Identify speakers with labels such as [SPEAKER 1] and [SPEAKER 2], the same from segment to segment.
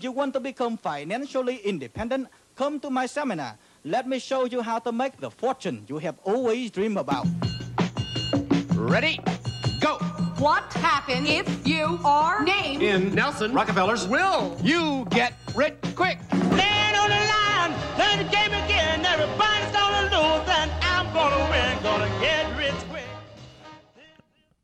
[SPEAKER 1] You want to become financially independent? Come to my seminar. Let me show you how to make the fortune you have always dreamed about.
[SPEAKER 2] Ready? Go!
[SPEAKER 3] What happens if you are named
[SPEAKER 2] In Nelson Rockefeller's will, you get rich quick.
[SPEAKER 4] Stand on the line, play the game again. Everybody's gonna lose, and I'm gonna win. Gonna get rich quick.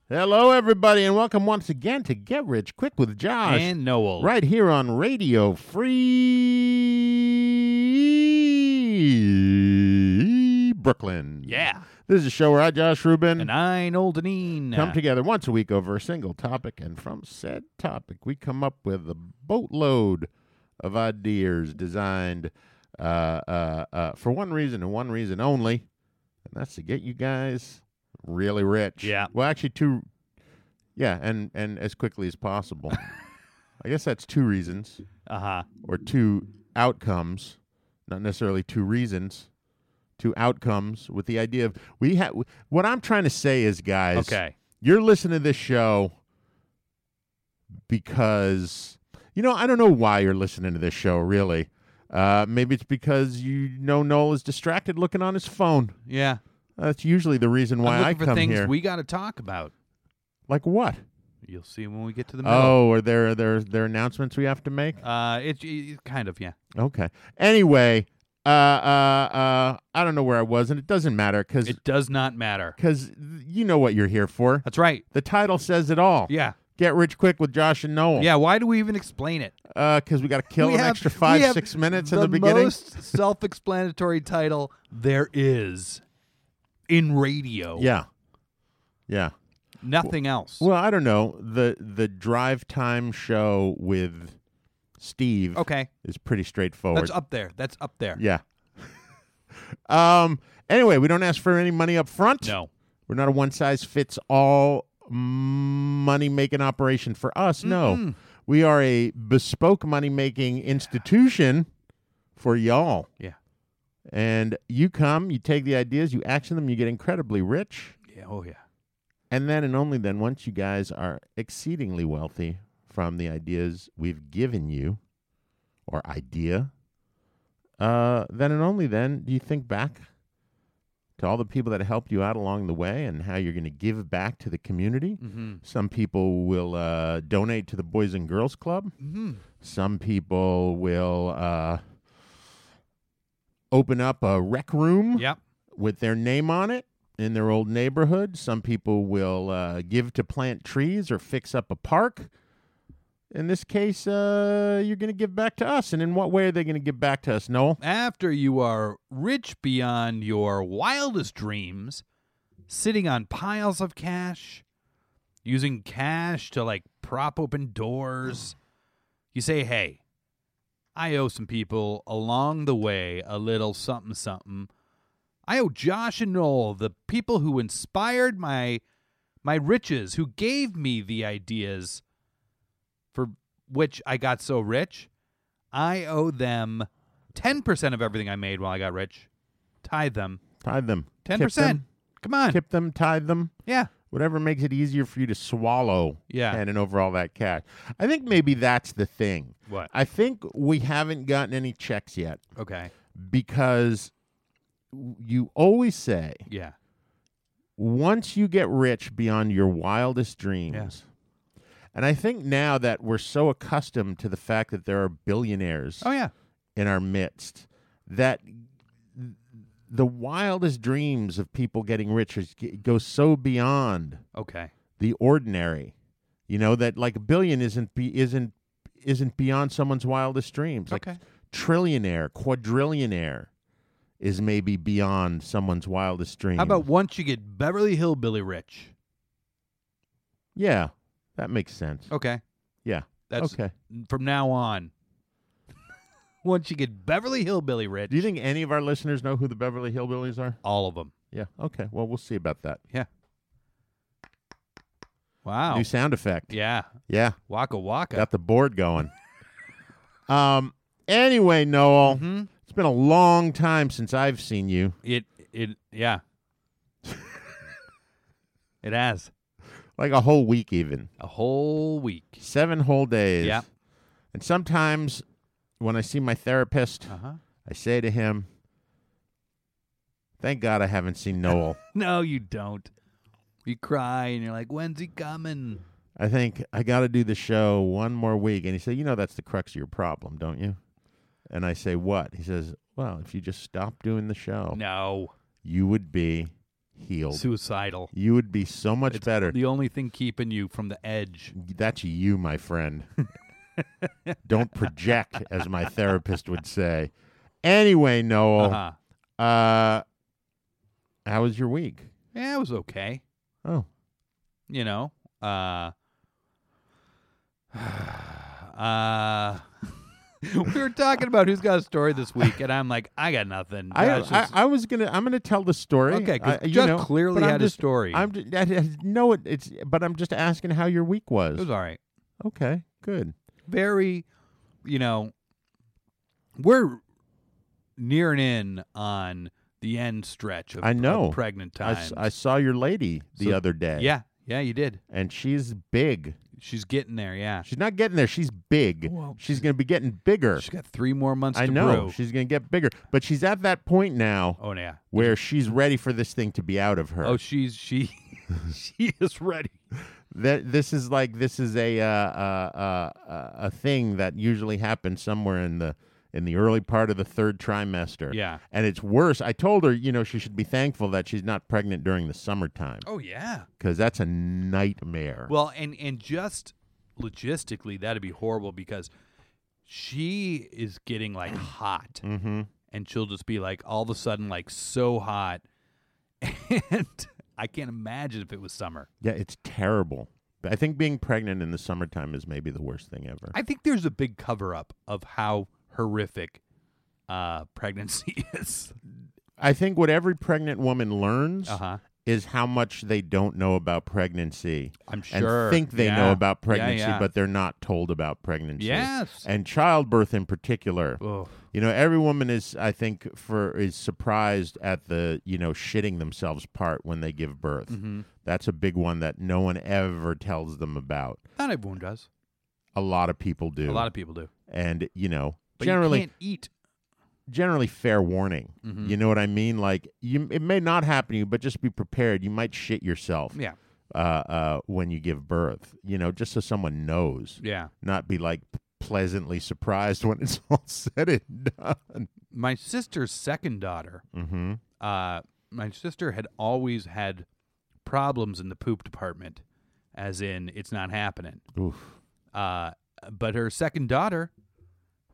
[SPEAKER 5] Hello, everybody, and welcome once again to Get Rich Quick with Josh.
[SPEAKER 6] and Noel.
[SPEAKER 5] right here on Radio Free Brooklyn.
[SPEAKER 6] Yeah.
[SPEAKER 5] This is a show where I, Josh Rubin,
[SPEAKER 6] And I, Noel Deneen.
[SPEAKER 5] Mm. come together once a week over a single topic, and from said topic, we come up with a boatload of ideas designed uh, uh, uh, for one reason and one reason only, and that's to get you guys really rich.
[SPEAKER 6] Yeah.
[SPEAKER 5] Well, actually, two. Yeah, and and as quickly as possible. I guess that's two reasons
[SPEAKER 6] Uh huh.
[SPEAKER 5] or two outcomes, not necessarily two reasons, two outcomes with the idea of we have what I'm trying to say is guys,
[SPEAKER 6] Okay.
[SPEAKER 5] you're listening to this show because you know, I don't know why you're listening to this show really. Uh, maybe it's because you know Noel is distracted looking on his phone.
[SPEAKER 6] Yeah.
[SPEAKER 5] That's usually the reason why
[SPEAKER 6] I'm
[SPEAKER 5] I
[SPEAKER 6] looking for
[SPEAKER 5] come
[SPEAKER 6] things
[SPEAKER 5] here.
[SPEAKER 6] we got to talk about.
[SPEAKER 5] like what?
[SPEAKER 6] You'll see when we get to the middle.
[SPEAKER 5] Oh, are there are there are there announcements we have to make?
[SPEAKER 6] Uh, it's it, kind of yeah.
[SPEAKER 5] Okay. Anyway, uh, uh, uh, I don't know where I was, and it doesn't matter because
[SPEAKER 6] It does not matter.
[SPEAKER 5] because you know what you're here for.
[SPEAKER 6] That's right.
[SPEAKER 5] The title says it all.
[SPEAKER 6] Yeah.
[SPEAKER 5] Get rich quick with Josh and Noel.
[SPEAKER 6] Yeah. Why do we even explain it?
[SPEAKER 5] Because uh, we got to kill
[SPEAKER 6] we
[SPEAKER 5] an
[SPEAKER 6] have-
[SPEAKER 5] extra
[SPEAKER 6] we
[SPEAKER 5] five
[SPEAKER 6] have
[SPEAKER 5] six minutes in the beginning.
[SPEAKER 6] most self-explanatory title there is in radio.
[SPEAKER 5] Yeah. Yeah.
[SPEAKER 6] Nothing else.
[SPEAKER 5] Well, I don't know the the drive time show with Steve.
[SPEAKER 6] okay.
[SPEAKER 5] Is pretty straightforward.
[SPEAKER 6] That's up there. That's up there.
[SPEAKER 5] Yeah. um. Anyway, we don't ask for any money up front.
[SPEAKER 6] No.
[SPEAKER 5] We're not a one size fits all money making operation for us.
[SPEAKER 6] Mm-hmm.
[SPEAKER 5] No, we are a bespoke money making institution for y'all.
[SPEAKER 6] Yeah.
[SPEAKER 5] And you come, you take the ideas, you action them, you get incredibly rich.
[SPEAKER 6] Yeah. Oh yeah.
[SPEAKER 5] And then and only then, once you guys are exceedingly wealthy from the ideas we've given you or idea, uh, then and only then do you think back to all the people that helped you out along the way and how you're going to give back to the community.
[SPEAKER 6] Mm-hmm.
[SPEAKER 5] Some people will uh, donate to the Boys and Girls Club.
[SPEAKER 6] Mm-hmm.
[SPEAKER 5] Some people will uh, open up a rec room
[SPEAKER 6] Yep.
[SPEAKER 5] with their name on it in their old neighborhood. Some people will uh, give to plant trees or fix up a park. In this case, uh, you're going to give back to us. And in what way are they going to give back to us, Noel?
[SPEAKER 6] after you are rich beyond your wildest dreams, sitting on piles of cash, using cash to like prop open doors, you say, hey, I owe some people along the way a little something something. I owe Josh and Noel, the people who inspired my my riches, who gave me the ideas for which I got so rich. I owe them 10% of everything I made while I got rich. Tithe them.
[SPEAKER 5] Tie them.
[SPEAKER 6] 10%.
[SPEAKER 5] Tip them,
[SPEAKER 6] Come on.
[SPEAKER 5] tip them tie them.
[SPEAKER 6] Yeah.
[SPEAKER 5] whatever makes it easier for you to swallow
[SPEAKER 6] Yeah.
[SPEAKER 5] handing over all that cash. I think maybe that's the thing.
[SPEAKER 6] What?
[SPEAKER 5] I think we haven't gotten any checks yet
[SPEAKER 6] Okay.
[SPEAKER 5] because you always say
[SPEAKER 6] Yeah.
[SPEAKER 5] once you get rich beyond your wildest dreams. And I think now that we're so accustomed to the fact that there are billionaires
[SPEAKER 6] Oh, yeah.
[SPEAKER 5] in our midst that the wildest dreams of people getting rich is, go so beyond
[SPEAKER 6] Okay.
[SPEAKER 5] the ordinary. You know that like a billion isn't be isn't isn't beyond someone's wildest dreams. Like
[SPEAKER 6] Okay.
[SPEAKER 5] trillionaire, quadrillionaire is maybe beyond someone's wildest dream.
[SPEAKER 6] How about once you get Beverly Hillbilly rich?
[SPEAKER 5] yeah, that makes sense.
[SPEAKER 6] Okay.
[SPEAKER 5] Yeah,
[SPEAKER 6] That's
[SPEAKER 5] okay.
[SPEAKER 6] from now on. once you get Beverly Hillbilly rich,
[SPEAKER 5] Do you think any of our listeners know who the Beverly Hillbillies are?
[SPEAKER 6] all of them.
[SPEAKER 5] Yeah. Okay. Well, we'll see about that.
[SPEAKER 6] Yeah. Wow.
[SPEAKER 5] New sound effect.
[SPEAKER 6] yeah.
[SPEAKER 5] Yeah.
[SPEAKER 6] Waka waka.
[SPEAKER 5] Got the board going. um. Anyway, Noel,
[SPEAKER 6] Mhm.
[SPEAKER 5] it's been a long time since I've seen you.
[SPEAKER 6] It, it, yeah. it has
[SPEAKER 5] Like a whole week, even.
[SPEAKER 6] a whole week.
[SPEAKER 5] Seven whole days.
[SPEAKER 6] Yep.
[SPEAKER 5] And sometimes when I see my therapist,
[SPEAKER 6] Uh huh.
[SPEAKER 5] I say to him, Thank God I haven't seen Noel.
[SPEAKER 6] No, you don't. You cry and you're like, when's he coming?
[SPEAKER 5] I think I got to do the show one more week. And he said, You know, that's the crux of your problem, don't you? And I say, What? He says, Well, if you just stop doing the show,
[SPEAKER 6] No.
[SPEAKER 5] you would be healed.
[SPEAKER 6] Suicidal.
[SPEAKER 5] you would be so much better.
[SPEAKER 6] The only thing keeping you from the edge.
[SPEAKER 5] That's you, my friend. Don't project, as my therapist would say. Anyway,
[SPEAKER 6] Uh
[SPEAKER 5] Noel,
[SPEAKER 6] huh.
[SPEAKER 5] uh,
[SPEAKER 6] Uh-huh.
[SPEAKER 5] how was your week?
[SPEAKER 6] Yeah, it was okay.
[SPEAKER 5] Oh,
[SPEAKER 6] You know? Uh uh we were talking about who's got a story this week, and I'm like, I got nothing.
[SPEAKER 5] I,
[SPEAKER 6] Josh
[SPEAKER 5] I,
[SPEAKER 6] is-
[SPEAKER 5] I was gonna I'm gonna tell the story.
[SPEAKER 6] Okay, 'cause
[SPEAKER 5] I- you
[SPEAKER 6] Jeff
[SPEAKER 5] know,
[SPEAKER 6] clearly
[SPEAKER 5] but I'm
[SPEAKER 6] had a
[SPEAKER 5] just-
[SPEAKER 6] story.
[SPEAKER 5] I'm just, that has, no, it, it's but I'm just asking how your week was.
[SPEAKER 6] it was all right.
[SPEAKER 5] okay, good.
[SPEAKER 6] very, you know, we're nearing in on the end stretch of,
[SPEAKER 5] I
[SPEAKER 6] of
[SPEAKER 5] know.
[SPEAKER 6] pregnant
[SPEAKER 5] I,
[SPEAKER 6] times.
[SPEAKER 5] s- I saw your lady the
[SPEAKER 6] So-
[SPEAKER 5] other day.
[SPEAKER 6] yeah, yeah, you did.
[SPEAKER 5] and she's big.
[SPEAKER 6] She's getting there. Yeah,
[SPEAKER 5] She's not getting there. She's big.
[SPEAKER 6] Oh, Well,
[SPEAKER 5] she's gonna be getting bigger.
[SPEAKER 6] she's got three more months
[SPEAKER 5] I
[SPEAKER 6] to
[SPEAKER 5] know
[SPEAKER 6] brew.
[SPEAKER 5] she's gonna get bigger, but she's at that point now
[SPEAKER 6] oh yeah.
[SPEAKER 5] where she's ready for this thing to be out of her.
[SPEAKER 6] Oh, she's she she is ready.
[SPEAKER 5] that this is like this is a uh, uh, uh, uh, a thing that usually happens somewhere in the in the early part of the third trimester.
[SPEAKER 6] Yeah.
[SPEAKER 5] and it's worse. I told her, you know, she should be thankful that she's not pregnant during the summertime
[SPEAKER 6] Oh yeah.
[SPEAKER 5] because that's a nightmare.
[SPEAKER 6] Well, and and just logistically, that'd be horrible because she is getting like hot,
[SPEAKER 5] Mm.
[SPEAKER 6] mm-hmm. and she'll just be like all of a sudden like so hot, and I can't imagine if it was summer.
[SPEAKER 5] yeah, it's terrible. But I think being pregnant in the summertime is maybe the worst thing ever.
[SPEAKER 6] I think there's a big cover up of how horrific uh, pregnancy is.
[SPEAKER 5] I think what every pregnant woman learns
[SPEAKER 6] Uh huh.
[SPEAKER 5] is how much they don't know about pregnancy.
[SPEAKER 6] I'm
[SPEAKER 5] And
[SPEAKER 6] sure.
[SPEAKER 5] think they
[SPEAKER 6] Yeah.
[SPEAKER 5] know about
[SPEAKER 6] Yeah,
[SPEAKER 5] pregnancy,
[SPEAKER 6] yeah.
[SPEAKER 5] but they're not told about pregnancy.
[SPEAKER 6] Yes.
[SPEAKER 5] And childbirth in particular.
[SPEAKER 6] Oof.
[SPEAKER 5] You know, every woman is, I think, for is surprised at the you know shitting themselves part when they give birth.
[SPEAKER 6] Mm-hmm.
[SPEAKER 5] That's a big one that no one ever tells them about.
[SPEAKER 6] Not everyone does.
[SPEAKER 5] A lot of people do.
[SPEAKER 6] A lot of people do.
[SPEAKER 5] and you know,
[SPEAKER 6] But
[SPEAKER 5] generally,
[SPEAKER 6] you can't Mm-hmm. eat.
[SPEAKER 5] generally fair warning. You know what I mean? Like you, it may not happen to you, but just be prepared. You might shit yourself.
[SPEAKER 6] Yeah.
[SPEAKER 5] Uh, uh, when you give birth, you know, just so someone knows,
[SPEAKER 6] Yeah.
[SPEAKER 5] not be like pleasantly surprised when it's all said and done.
[SPEAKER 6] My sister's second daughter
[SPEAKER 5] Mm-hmm.
[SPEAKER 6] uh, my sister had always had problems in the poop department, as in it's not happening.
[SPEAKER 5] Oof.
[SPEAKER 6] Uh, but her second daughter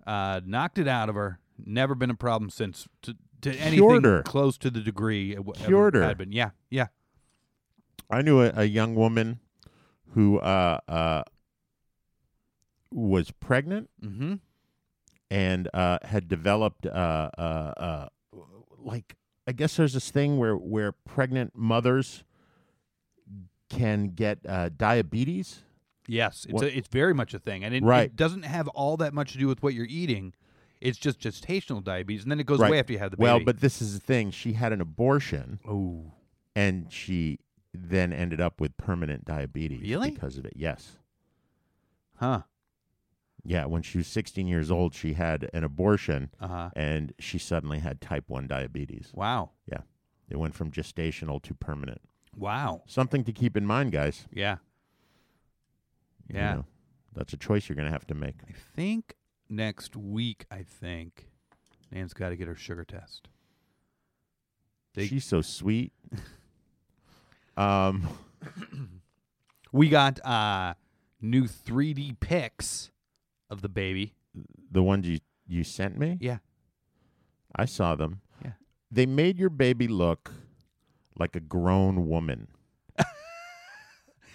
[SPEAKER 6] uh, knocked it out of her. Never been a problem since to, to anything
[SPEAKER 5] Cured her.
[SPEAKER 6] close to the degree. it w- ever
[SPEAKER 5] Cured her.
[SPEAKER 6] Had been. Yeah, yeah.
[SPEAKER 5] I knew a, a young woman who uh, uh, was pregnant
[SPEAKER 6] Mm-hmm.
[SPEAKER 5] and uh, had developed uh, uh, uh, like I guess there's this thing where where pregnant mothers can get uh, diabetes.
[SPEAKER 6] Yes, it's
[SPEAKER 5] What-
[SPEAKER 6] a, it's very much a thing, and it,
[SPEAKER 5] Right.
[SPEAKER 6] it doesn't have all that much to do with what you're eating. It's just gestational diabetes, and then it goes away after you have the baby.
[SPEAKER 5] Well, but this is the thing. She had an abortion
[SPEAKER 6] oh,
[SPEAKER 5] and she then ended up with permanent diabetes
[SPEAKER 6] Really?
[SPEAKER 5] because of it. Yes.
[SPEAKER 6] huh,
[SPEAKER 5] Yeah, when she was 16 years old, she had an abortion
[SPEAKER 6] uh huh,
[SPEAKER 5] and she suddenly had type 1 diabetes.
[SPEAKER 6] wow,
[SPEAKER 5] Yeah. It went from gestational to permanent.
[SPEAKER 6] wow,
[SPEAKER 5] Something to keep in mind, guys.
[SPEAKER 6] yeah,
[SPEAKER 5] You
[SPEAKER 6] yeah.
[SPEAKER 5] know, that's a choice you're going to have to make.
[SPEAKER 6] I think next week. I think Nan's got to get her sugar test. They-
[SPEAKER 5] She's so sweet. um,
[SPEAKER 6] We got uh new 3D pics of the baby.
[SPEAKER 5] the ones you you sent me,
[SPEAKER 6] Yeah,
[SPEAKER 5] I saw them.
[SPEAKER 6] Yeah.
[SPEAKER 5] They made your baby look like a grown woman.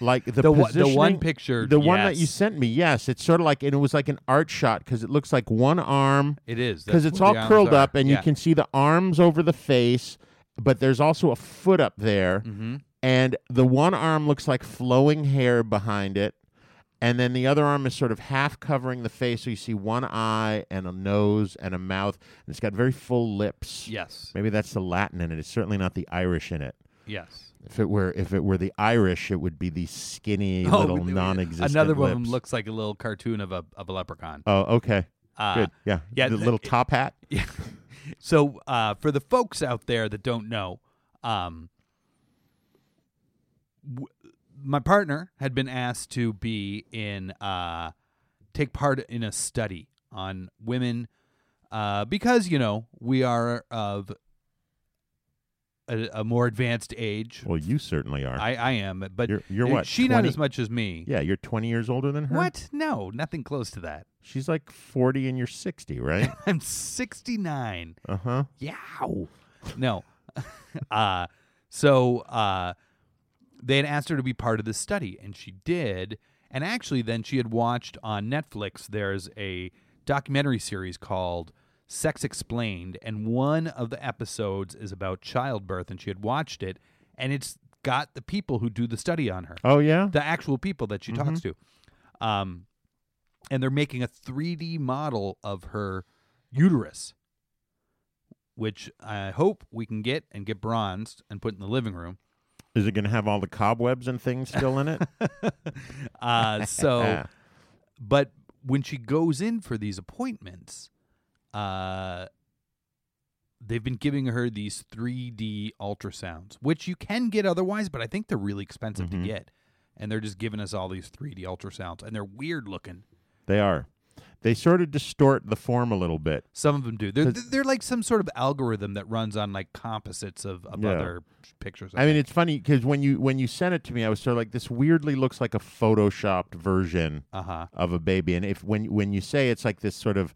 [SPEAKER 5] like the
[SPEAKER 6] The one- the one
[SPEAKER 5] positioning-
[SPEAKER 6] picture,
[SPEAKER 5] the one that you
[SPEAKER 6] yes.
[SPEAKER 5] sent me. Yes, it's sort of like and it was like an art shot because it looks like one arm
[SPEAKER 6] it is
[SPEAKER 5] because
[SPEAKER 6] That's
[SPEAKER 5] it's
[SPEAKER 6] what
[SPEAKER 5] all
[SPEAKER 6] the arms
[SPEAKER 5] curled
[SPEAKER 6] are.
[SPEAKER 5] up and you
[SPEAKER 6] Yeah.
[SPEAKER 5] can see the arms over the face, but there's also a foot up there.
[SPEAKER 6] Mhm.
[SPEAKER 5] and the one arm looks like flowing hair behind it and then the other arm is sort of half covering the face so you see one eye and a nose and a mouth and it's got very full lips
[SPEAKER 6] Yes.
[SPEAKER 5] maybe that's the latin in it it's certainly not the irish in it
[SPEAKER 6] Yes.
[SPEAKER 5] If it were if it were the Irish, it would be these skinny
[SPEAKER 6] Oh,
[SPEAKER 5] little non-existent.
[SPEAKER 6] Another one of them
[SPEAKER 5] lips.
[SPEAKER 6] looks like a little cartoon of a of a leprechaun.
[SPEAKER 5] Oh, okay.
[SPEAKER 6] Uh,
[SPEAKER 5] Good. Yeah.
[SPEAKER 6] yeah,
[SPEAKER 5] The
[SPEAKER 6] th-
[SPEAKER 5] little top hat.
[SPEAKER 6] Yeah. So uh, for the folks out there that don't know, um, w- my partner had been asked to be in uh, take part in a study on women uh, because you know we are of a, a more advanced age.
[SPEAKER 5] Well, you certainly are.
[SPEAKER 6] I, I am, but
[SPEAKER 5] You're- you're
[SPEAKER 6] uh,
[SPEAKER 5] what,
[SPEAKER 6] She not
[SPEAKER 5] 20?
[SPEAKER 6] as much as me.
[SPEAKER 5] yeah, you're 20 years older than her.
[SPEAKER 6] What? No, nothing close to that.
[SPEAKER 5] She's like 40 and you're 60, right?
[SPEAKER 6] I'm 69.
[SPEAKER 5] uh huh.
[SPEAKER 6] Yow. No. uh, so uh, they had asked her to be part of this study, and she did. And actually, then she had watched on Netflix, there's a documentary series called Sex Explained, and one of the episodes is about childbirth, and she had watched it, and it's got the people who do the study on her
[SPEAKER 5] Oh, yeah?
[SPEAKER 6] the actual people that she talks to. Um, and they're making a 3D model of her uterus, which I hope we can get and get bronzed and put in the living room.
[SPEAKER 5] Is it going to have all the cobwebs and things still in it?
[SPEAKER 6] Uh, so, but when she goes in for these appointments, uh, they've been giving her these 3D ultrasounds, which you can get otherwise, but I think they're really expensive to get. And they're just giving us all these 3D ultrasounds, and they're weird looking.
[SPEAKER 5] they are. They sort of distort the form a little bit.
[SPEAKER 6] Some of them do. They're they're like some sort of algorithm that runs on like composites of, of
[SPEAKER 5] Yeah.
[SPEAKER 6] other pictures.
[SPEAKER 5] I mean, it's funny because when you when you sent it to me, I was sort of like, this weirdly looks like a photoshopped version
[SPEAKER 6] uh huh.
[SPEAKER 5] of a baby. And if when when you say it's like this sort of,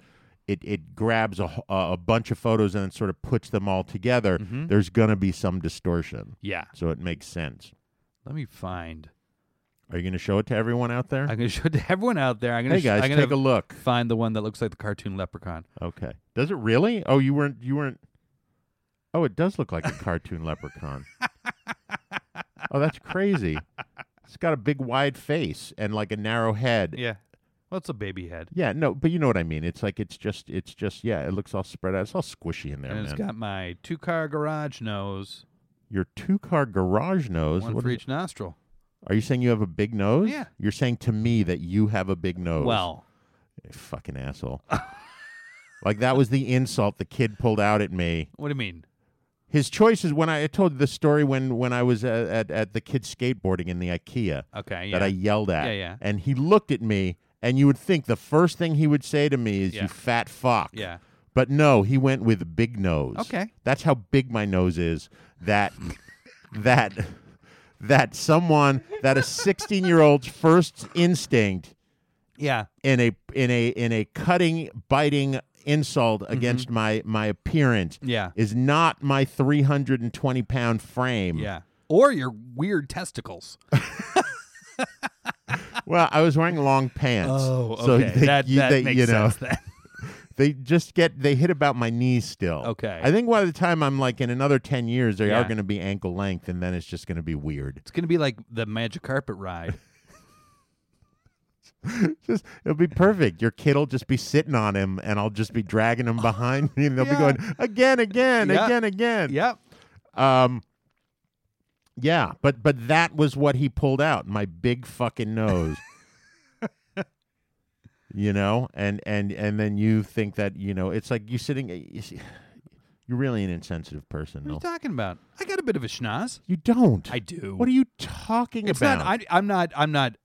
[SPEAKER 5] it it grabs a wh- a bunch of photos and it sort of puts them all together.
[SPEAKER 6] Mm-hmm.
[SPEAKER 5] There's going to be some distortion,
[SPEAKER 6] Yeah.
[SPEAKER 5] so it makes sense.
[SPEAKER 6] Let me find.
[SPEAKER 5] Are you going to show it to everyone out there?
[SPEAKER 6] I'm gonna show it to everyone out there. I'm gonna
[SPEAKER 5] hey
[SPEAKER 6] sh-
[SPEAKER 5] guys,
[SPEAKER 6] I'm gonna
[SPEAKER 5] take a look.
[SPEAKER 6] find the one that looks like the cartoon leprechaun.
[SPEAKER 5] Okay. Does it really? Oh, you weren't. You weren't. Oh, it does look like a cartoon leprechaun. Oh, that's crazy. It's got a big, wide face and like a narrow head.
[SPEAKER 6] Yeah. Well, it's a baby head,
[SPEAKER 5] Yeah, no, but you know what I mean. It's like it's just, it's just, yeah. It looks all spread out. It's all squishy in there,
[SPEAKER 6] and
[SPEAKER 5] man.
[SPEAKER 6] it's got my two car garage nose,
[SPEAKER 5] Your two-car garage nose.
[SPEAKER 6] one
[SPEAKER 5] what
[SPEAKER 6] for
[SPEAKER 5] is-
[SPEAKER 6] each nostril.
[SPEAKER 5] Are you saying you have a big nose?
[SPEAKER 6] Yeah.
[SPEAKER 5] You're saying to me that you have a big nose.
[SPEAKER 6] Well,
[SPEAKER 5] You fucking asshole. like that was the insult the kid pulled out at me.
[SPEAKER 6] what do you mean?
[SPEAKER 5] his choices when I, I told the story when when I was at, at, at the kids skateboarding in the IKEA
[SPEAKER 6] Okay. Yeah.
[SPEAKER 5] that I yelled at.
[SPEAKER 6] Yeah, yeah.
[SPEAKER 5] And he looked at me and you would think the first thing he would say to me is
[SPEAKER 6] Yeah.
[SPEAKER 5] you fat fuck.
[SPEAKER 6] Yeah.
[SPEAKER 5] But no, he went with big nose.
[SPEAKER 6] Okay.
[SPEAKER 5] That's how big my nose is. That that that someone that a 16-year-old's first instinct
[SPEAKER 6] yeah.
[SPEAKER 5] in a in a in a cutting biting insult against my my appearance
[SPEAKER 6] Mm-hmm. Yeah.
[SPEAKER 5] is not my 320 pound frame
[SPEAKER 6] Yeah. Or your weird testicles.
[SPEAKER 5] well i was wearing long pants so they,
[SPEAKER 6] Oh, that
[SPEAKER 5] you,
[SPEAKER 6] that
[SPEAKER 5] they,
[SPEAKER 6] makes
[SPEAKER 5] you know
[SPEAKER 6] sense. Then.
[SPEAKER 5] they just get they hit about my knees still
[SPEAKER 6] Okay.
[SPEAKER 5] i think by the time i'm like in another 10 years they
[SPEAKER 6] Yeah.
[SPEAKER 5] are going to be ankle length and then it's just going to be weird
[SPEAKER 6] it's gonna be like the magic carpet ride.
[SPEAKER 5] just it'll be perfect your kid'll just be sitting on him and i'll just be dragging him behind me and they'll be
[SPEAKER 6] Yeah.
[SPEAKER 5] going again again
[SPEAKER 6] Yeah.
[SPEAKER 5] again again
[SPEAKER 6] yep.
[SPEAKER 5] Um, yeah, but but that was what he pulled out my big fucking nose. you know, and and and then you think that you know it's like you sitting. eh, You see, you're really an insensitive person.
[SPEAKER 6] What are
[SPEAKER 5] Noel.
[SPEAKER 6] you talking about? I got a bit of a schnoz.
[SPEAKER 5] You don't.
[SPEAKER 6] I do.
[SPEAKER 5] What are you talking
[SPEAKER 6] It's
[SPEAKER 5] about?
[SPEAKER 6] not. I, I'm not. I'm not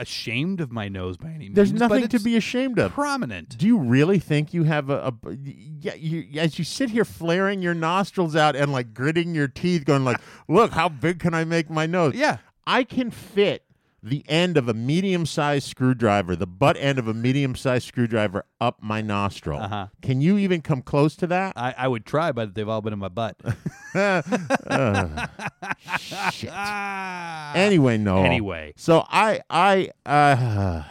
[SPEAKER 6] ashamed of my nose by any means.
[SPEAKER 5] There's
[SPEAKER 6] but
[SPEAKER 5] nothing to
[SPEAKER 6] it's
[SPEAKER 5] be ashamed of.
[SPEAKER 6] prominent.
[SPEAKER 5] Do you really think you have a, a yeah? You, as you sit here flaring your nostrils out and like gritting your teeth, going like, "Look, how big can I make my nose?"
[SPEAKER 6] Yeah.
[SPEAKER 5] I can fit the end of a medium-sized screwdriver, the butt end of a medium-sized screwdriver, up my nostril.
[SPEAKER 6] Uh-huh.
[SPEAKER 5] Can you even come close to that?
[SPEAKER 6] I, I would try, but they've all been in my butt.
[SPEAKER 5] Shit.
[SPEAKER 6] Ah.
[SPEAKER 5] Anyway, no.
[SPEAKER 6] Anyway.
[SPEAKER 5] So I, I, uh,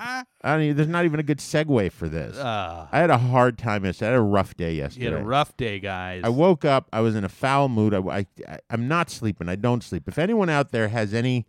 [SPEAKER 5] I mean, there's not even a good segue for this.
[SPEAKER 6] Ah.
[SPEAKER 5] I had a hard time yesterday. I had a rough day
[SPEAKER 6] you
[SPEAKER 5] yesterday.
[SPEAKER 6] had a rough day, guys.
[SPEAKER 5] I woke up. I was in a foul mood. I, I, I- I'm not sleeping. I don't sleep. If anyone out there has any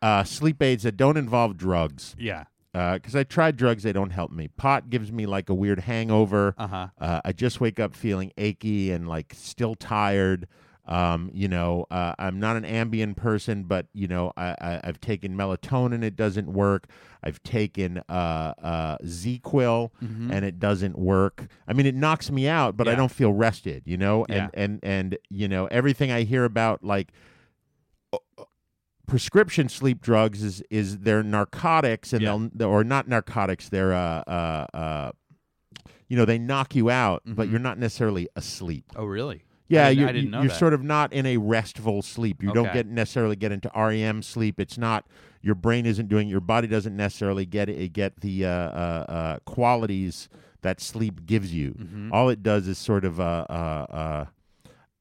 [SPEAKER 5] uh, sleep aids that don't involve drugs,
[SPEAKER 6] yeah.
[SPEAKER 5] because Uh, I tried drugs, they don't help me. Pot gives me like a weird hangover.
[SPEAKER 6] Uh-huh.
[SPEAKER 5] Uh, I just wake up feeling achy and like still tired. Um, you know, uh, I'm not an Ambien person, but you know, I, I, I've taken melatonin, it doesn't work. I've taken uh, uh, Z-Quil, and it doesn't work. I mean, it knocks me out, but
[SPEAKER 6] Mm-hmm.
[SPEAKER 5] I
[SPEAKER 6] Yeah.
[SPEAKER 5] don't feel rested. You know,
[SPEAKER 6] Yeah.
[SPEAKER 5] and and and you know, everything I hear about like prescription sleep drugs is is they're narcotics and
[SPEAKER 6] Yeah.
[SPEAKER 5] they'll or not narcotics they're uh uh uh you know they knock you out
[SPEAKER 6] Mm-hmm.
[SPEAKER 5] but you're not necessarily asleep
[SPEAKER 6] Oh, really?
[SPEAKER 5] yeah
[SPEAKER 6] I didn't,
[SPEAKER 5] you're,
[SPEAKER 6] I didn't know
[SPEAKER 5] you're
[SPEAKER 6] that.
[SPEAKER 5] sort of not in a restful sleep you don't
[SPEAKER 6] Okay.
[SPEAKER 5] get necessarily get into rem sleep it's not your brain isn't doing your body doesn't necessarily get it get the uh, uh, uh, qualities that sleep gives you
[SPEAKER 6] Mm-hmm.
[SPEAKER 5] all it does is sort of uh, uh, uh,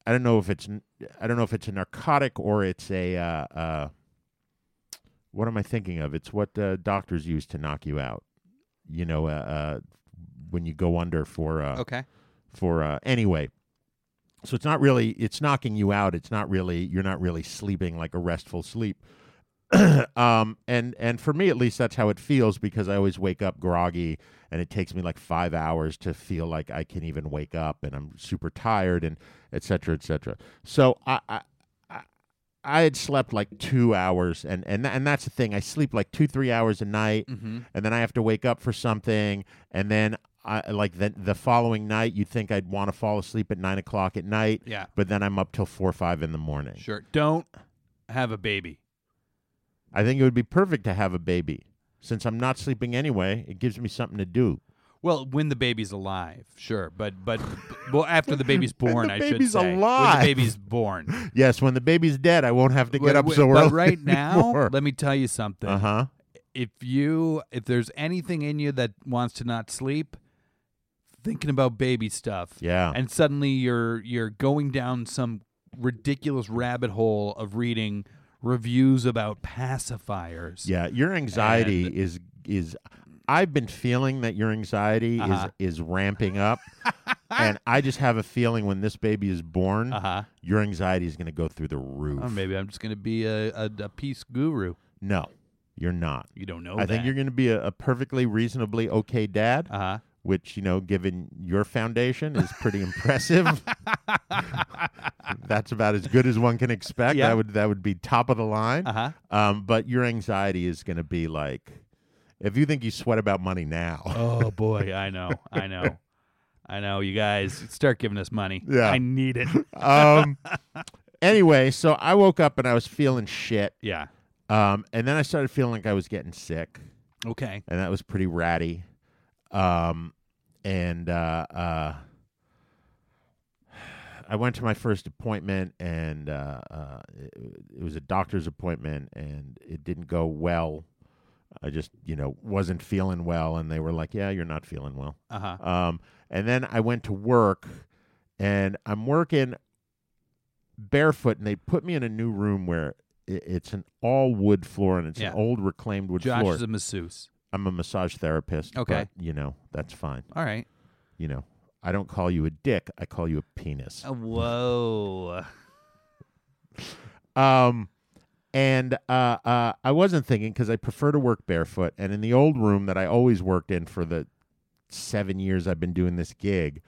[SPEAKER 5] i don't know if it's n- i don't know if it's a narcotic or it's a uh, uh, what am i thinking of it's what uh, doctors use to knock you out you know uh, uh, when you go under for uh,
[SPEAKER 6] Okay.
[SPEAKER 5] for uh, anyway. So it's not really it's knocking you out. It's not really you're not really sleeping like a restful sleep. um, and and for me at least that's how it feels because I always wake up groggy and it takes me like five hours to feel like I can even wake up and I'm super tired and et cetera et cetera. So I. I I- I had slept like two hours, and and and that's the thing. I sleep like two, three hours a night,
[SPEAKER 6] Mm-hmm.
[SPEAKER 5] and then I have to wake up for something, and then I like the the following night. You'd think I'd want to fall asleep at nine o'clock at night,
[SPEAKER 6] Yeah.
[SPEAKER 5] But then I'm up till four, or five in the morning.
[SPEAKER 6] Sure. Don't have a baby.
[SPEAKER 5] I think it would be perfect to have a baby, since I'm not sleeping anyway. It gives me something to do.
[SPEAKER 6] Well, when the baby's alive, sure, but but well, after the baby's
[SPEAKER 5] When
[SPEAKER 6] born,
[SPEAKER 5] the
[SPEAKER 6] I should
[SPEAKER 5] baby's
[SPEAKER 6] say. When
[SPEAKER 5] alive.
[SPEAKER 6] the baby's born,
[SPEAKER 5] Yes, when the baby's dead, I won't have to get up
[SPEAKER 6] But-
[SPEAKER 5] so early.
[SPEAKER 6] But right now, let me tell you something.
[SPEAKER 5] uh huh.
[SPEAKER 6] If you if there's anything in you that wants to not sleep, thinking about baby stuff,
[SPEAKER 5] Yeah.
[SPEAKER 6] and suddenly you're you're going down some ridiculous rabbit hole of reading reviews about pacifiers.
[SPEAKER 5] Yeah, your anxiety
[SPEAKER 6] And-
[SPEAKER 5] is is. I've been feeling that your anxiety
[SPEAKER 6] Uh-huh.
[SPEAKER 5] is is ramping up, and I just have a feeling when this baby is born,
[SPEAKER 6] Uh huh.
[SPEAKER 5] your anxiety is going to go through the roof.
[SPEAKER 6] Or Oh, maybe I'm just gonna be a, a, a peace guru.
[SPEAKER 5] No, you're not.
[SPEAKER 6] You don't know.
[SPEAKER 5] I think you're going to be a, a perfectly reasonably okay dad,
[SPEAKER 6] Uh huh.
[SPEAKER 5] which you know, given your foundation, is pretty impressive. That's about as good as one can expect.
[SPEAKER 6] Yeah.
[SPEAKER 5] That would that would be top of the line.
[SPEAKER 6] Uh huh.
[SPEAKER 5] Um, but your anxiety is going to be like, if you think you sweat about money now.
[SPEAKER 6] Oh boy, I know, I know, I know. You guys start giving us money.
[SPEAKER 5] Yeah.
[SPEAKER 6] I need it. Oh.
[SPEAKER 5] um anyway so i woke up and i was feeling shit
[SPEAKER 6] Yeah.
[SPEAKER 5] um and then i started feeling like i was getting sick
[SPEAKER 6] Okay.
[SPEAKER 5] and that was pretty ratty um and uh uh I went to my first appointment, and uh, uh, it, it was a doctor's appointment, and it didn't go well. I just, you know, wasn't feeling well, and they were like, "Yeah, you're not feeling well."
[SPEAKER 6] Uh huh.
[SPEAKER 5] Um, and then I went to work, and I'm working barefoot, and they put me in a new room where i- it's an all wood floor, and it's
[SPEAKER 6] Yeah.
[SPEAKER 5] an old reclaimed wood
[SPEAKER 6] Josh
[SPEAKER 5] floor.
[SPEAKER 6] is a masseuse.
[SPEAKER 5] I'm a massage therapist.
[SPEAKER 6] Okay.
[SPEAKER 5] but, you know that's fine.
[SPEAKER 6] All right.
[SPEAKER 5] You know, I don't call you a dick. I call you a penis.
[SPEAKER 6] Uh, whoa.
[SPEAKER 5] Um, and uh, uh, I wasn't thinking because I prefer to work barefoot. And in the old room that I always worked in for the seven years I've been doing this gig,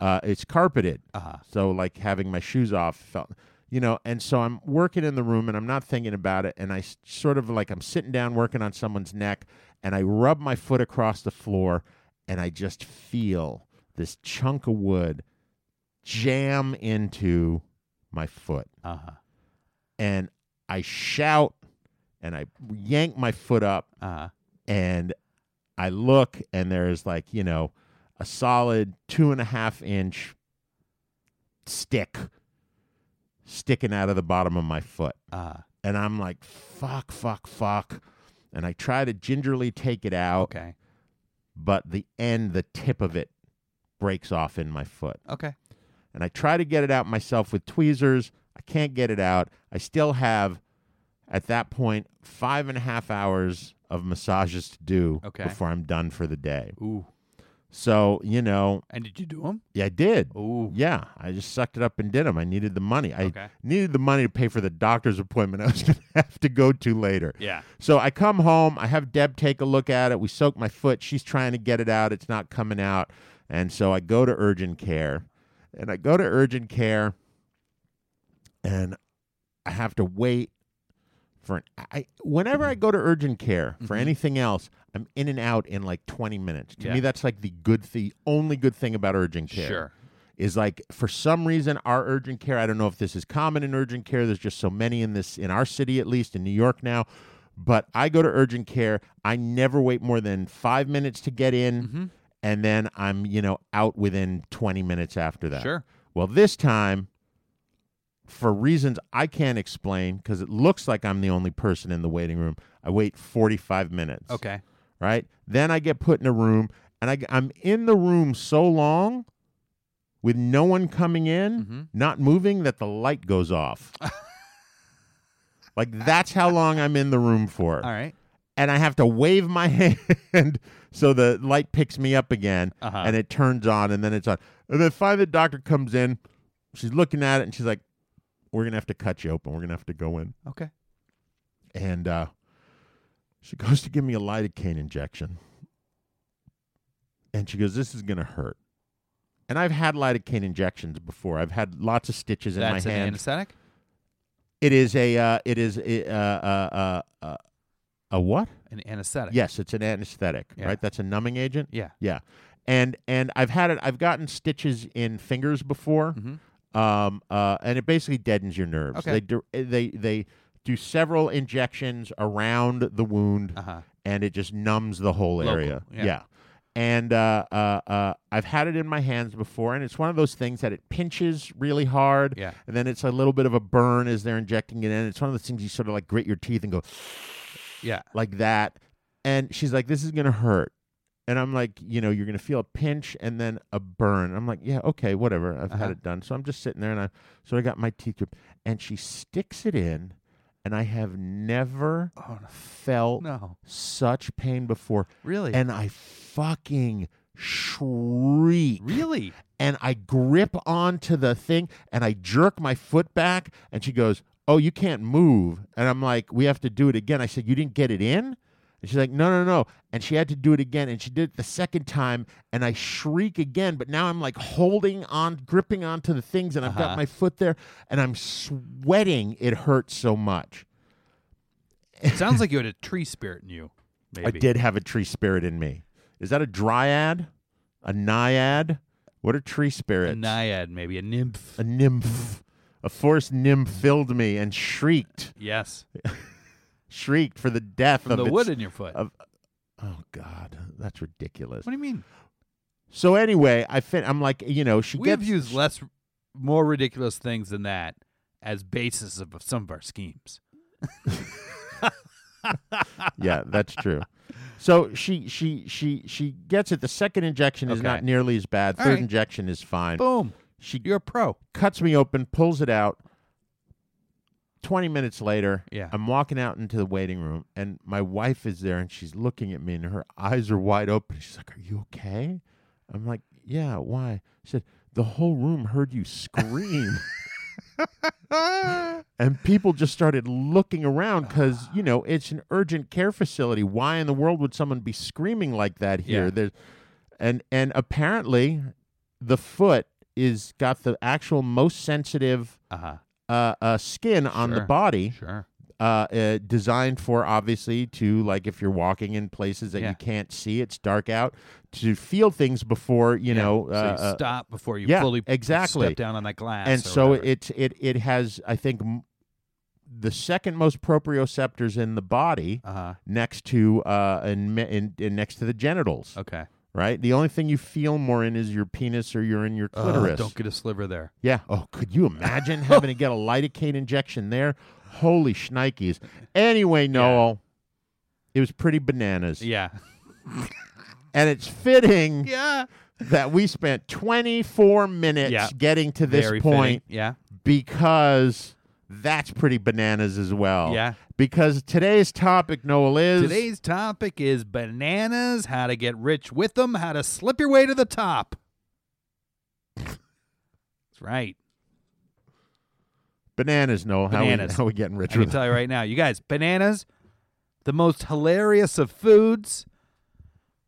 [SPEAKER 5] uh, it's carpeted.
[SPEAKER 6] Uh-huh.
[SPEAKER 5] So like having my shoes off felt, you know. And so I'm working in the room and I'm not thinking about it. And I s- sort of like I'm sitting down working on someone's neck, and I rub my foot across the floor, and I just feel this chunk of wood jam into my foot
[SPEAKER 6] Uh huh.
[SPEAKER 5] and I shout and I yank my foot up
[SPEAKER 6] Uh huh.
[SPEAKER 5] and I look and there's like, you know, a solid two and a half inch stick sticking out of the bottom of my foot.
[SPEAKER 6] Uh
[SPEAKER 5] And I'm like, fuck, fuck, fuck. And I try to gingerly take it out,
[SPEAKER 6] Okay.
[SPEAKER 5] but the end, the tip of it breaks off in my foot
[SPEAKER 6] Okay.
[SPEAKER 5] and I try to get it out myself with tweezers. I can't get it out. I still have, at that point, five and a half hours of massages to do
[SPEAKER 6] Okay.
[SPEAKER 5] before I'm done for the day.
[SPEAKER 6] Ooh.
[SPEAKER 5] So, you know,
[SPEAKER 6] And did you do them?
[SPEAKER 5] yeah, I did.
[SPEAKER 6] Ooh.
[SPEAKER 5] Yeah, I just sucked it up and did them. I needed the money. I
[SPEAKER 6] Okay.
[SPEAKER 5] needed the money to pay for the doctor's appointment I was going to have to go to later.
[SPEAKER 6] Yeah.
[SPEAKER 5] So I come home. I have Deb take a look at it. We soak my foot. She's trying to get it out. It's not coming out. And so I go to urgent care. And I go to urgent care. and I have to wait for an I whenever I go to urgent care for anything else, I'm in and out in like 20 minutes. To me
[SPEAKER 6] Mm-hmm. Yeah.
[SPEAKER 5] that's like the good the only good thing about urgent care.
[SPEAKER 6] Sure.
[SPEAKER 5] Is like for some reason our urgent care, I don't know if this is common in urgent care, there's just so many in this in our city at least in New York now, but I go to urgent care, I never wait more than 5 minutes to get in.
[SPEAKER 6] Mm-hmm.
[SPEAKER 5] And then I'm, you know, out within 20 minutes after that.
[SPEAKER 6] Sure.
[SPEAKER 5] Well, this time for reasons I can't explain because it looks like I'm the only person in the waiting room. I wait 45 minutes.
[SPEAKER 6] Okay.
[SPEAKER 5] Right? Then I get put in a room and I, am in the room so long with no one coming in,
[SPEAKER 6] Mm-hmm.
[SPEAKER 5] not moving, that the light goes off. like that's how long I'm in the room for.
[SPEAKER 6] All right.
[SPEAKER 5] And I have to wave my hand so the light picks me up again
[SPEAKER 6] Uh-huh.
[SPEAKER 5] and it turns on and then it's on. And then finally the doctor comes in. She's looking at it and she's like, we're gonna have to cut you open. We're gonna have to go in.
[SPEAKER 6] Okay.
[SPEAKER 5] And uh, she goes to give me a lidocaine injection, and she goes, "This is gonna hurt." And I've had lidocaine injections before. I've had lots of stitches in
[SPEAKER 6] That's
[SPEAKER 5] my
[SPEAKER 6] an
[SPEAKER 5] hand.
[SPEAKER 6] anesthetic.
[SPEAKER 5] it is a. Uh, it is a. Uh, uh, uh, uh, a what?
[SPEAKER 6] An anesthetic.
[SPEAKER 5] Yes, it's an anesthetic,
[SPEAKER 6] Yeah.
[SPEAKER 5] right? That's a numbing agent.
[SPEAKER 6] Yeah.
[SPEAKER 5] Yeah. And and I've had it. I've gotten stitches in fingers before, um, uh, and it basically deadens your nerves.
[SPEAKER 6] Mm-hmm. Okay.
[SPEAKER 5] They do, they they do several injections around the wound,
[SPEAKER 6] Uh-huh.
[SPEAKER 5] and it just numbs the whole
[SPEAKER 6] Local,
[SPEAKER 5] area.
[SPEAKER 6] yeah.
[SPEAKER 5] And uh, uh, uh, I've had it in my hands before, and it's one of those things that it pinches really hard,
[SPEAKER 6] Yeah.
[SPEAKER 5] and then it's a little bit of a burn as they're injecting it in. It's one of those things you sort of like grit your teeth and go
[SPEAKER 6] Yeah.
[SPEAKER 5] like that. And she's like, this is going to hurt. And I'm like, you know, you're going to feel a pinch and then a burn. I'm like, yeah, okay, whatever. I've had
[SPEAKER 6] Uh-huh.
[SPEAKER 5] it done. So I'm just sitting there and I so I got my teeth gripped. And she sticks it in. And I have never felt
[SPEAKER 6] Oh, No.
[SPEAKER 5] such pain before.
[SPEAKER 6] Really?
[SPEAKER 5] And I fucking shriek
[SPEAKER 6] Really?
[SPEAKER 5] and I grip onto the thing and I jerk my foot back and she goes, "Oh, you can't move." And I'm like, "We have to do it again." I said, "You didn't get it in?" And she's like, "No, no, no." And she had to do it again and she did it the second time and I shriek again, but now I'm like holding on gripping onto the things and I've got my foot there and I'm sweating. It hurts so much.
[SPEAKER 6] It sounds like you had a tree spirit in you. Maybe.
[SPEAKER 5] I did have a tree spirit in me. Is that a dryad? A naiad? What are tree
[SPEAKER 6] A
[SPEAKER 5] spirits?
[SPEAKER 6] naiad, maybe a nymph.
[SPEAKER 5] a nymph, a forest nymph filled me and shrieked,
[SPEAKER 6] yes.
[SPEAKER 5] shrieked for the death
[SPEAKER 6] From
[SPEAKER 5] of
[SPEAKER 6] the
[SPEAKER 5] its-
[SPEAKER 6] wood in your foot.
[SPEAKER 5] of- Oh God, that's ridiculous.
[SPEAKER 6] what do you mean?
[SPEAKER 5] So anyway, I fin- I'm like, you know, she
[SPEAKER 6] We have
[SPEAKER 5] gets
[SPEAKER 6] used less, more ridiculous things than that as basis of some of our schemes.
[SPEAKER 5] yeah, that's true. So she she she she gets it. The second injection is
[SPEAKER 6] Okay.
[SPEAKER 5] not nearly as bad.
[SPEAKER 6] All
[SPEAKER 5] Third
[SPEAKER 6] right.
[SPEAKER 5] injection is fine.
[SPEAKER 6] Boom.
[SPEAKER 5] She
[SPEAKER 6] You're a pro.
[SPEAKER 5] cuts me open, pulls it out. 20 minutes later,
[SPEAKER 6] Yeah.
[SPEAKER 5] I'm walking out into the waiting room and my wife is there and she's looking at me and her eyes are wide open. She's like, Are you okay? I'm like, Yeah, why? She said, The whole room heard you scream. and people just started looking around because, you know, it's an urgent care facility. Why in the world would someone be screaming like that here?
[SPEAKER 6] Yeah.
[SPEAKER 5] There's, and and apparently the foot is got the actual most sensitive
[SPEAKER 6] Uh huh.
[SPEAKER 5] uh, uh, skin on the
[SPEAKER 6] Sure.
[SPEAKER 5] body,
[SPEAKER 6] Sure.
[SPEAKER 5] uh, uh, designed for obviously to like if you're walking in places that
[SPEAKER 6] Yeah.
[SPEAKER 5] you can't see, it's dark out, to feel things before you
[SPEAKER 6] Yeah.
[SPEAKER 5] know.
[SPEAKER 6] so
[SPEAKER 5] uh,
[SPEAKER 6] you
[SPEAKER 5] uh,
[SPEAKER 6] stop before you
[SPEAKER 5] yeah,
[SPEAKER 6] fully
[SPEAKER 5] exactly.
[SPEAKER 6] step down on that glass.
[SPEAKER 5] and
[SPEAKER 6] or
[SPEAKER 5] so
[SPEAKER 6] whatever.
[SPEAKER 5] it's it it has I think m- the second most proprioceptors in the body.
[SPEAKER 6] Uh
[SPEAKER 5] Next to uh, and, me- and, and next to the genitals,
[SPEAKER 6] huh. Okay.
[SPEAKER 5] right? The only thing you feel more in is your penis or you're in your
[SPEAKER 6] Ugh,
[SPEAKER 5] clitoris.
[SPEAKER 6] Oh, don't get a sliver there.
[SPEAKER 5] Yeah. Oh, could you imagine having to get a lidocaine injection there? Holy shnikes. Anyway, Noel, it was pretty bananas.
[SPEAKER 6] Yeah.
[SPEAKER 5] And it's fitting
[SPEAKER 6] Yeah.
[SPEAKER 5] that we spent 24 minutes
[SPEAKER 6] Yeah.
[SPEAKER 5] getting to this
[SPEAKER 6] Very
[SPEAKER 5] point
[SPEAKER 6] fitting. Yeah.
[SPEAKER 5] because that's pretty bananas as well.
[SPEAKER 6] Yeah.
[SPEAKER 5] Because today's topic, Noel, is
[SPEAKER 6] Today's topic is bananas, how to get rich with them, how to slip your way to the top. That's right.
[SPEAKER 5] bananas, Noel. How we-
[SPEAKER 6] Bananas.
[SPEAKER 5] How we, getting
[SPEAKER 6] I
[SPEAKER 5] rich
[SPEAKER 6] can
[SPEAKER 5] with
[SPEAKER 6] tell you right now, you guys, bananas, the most hilarious of foods.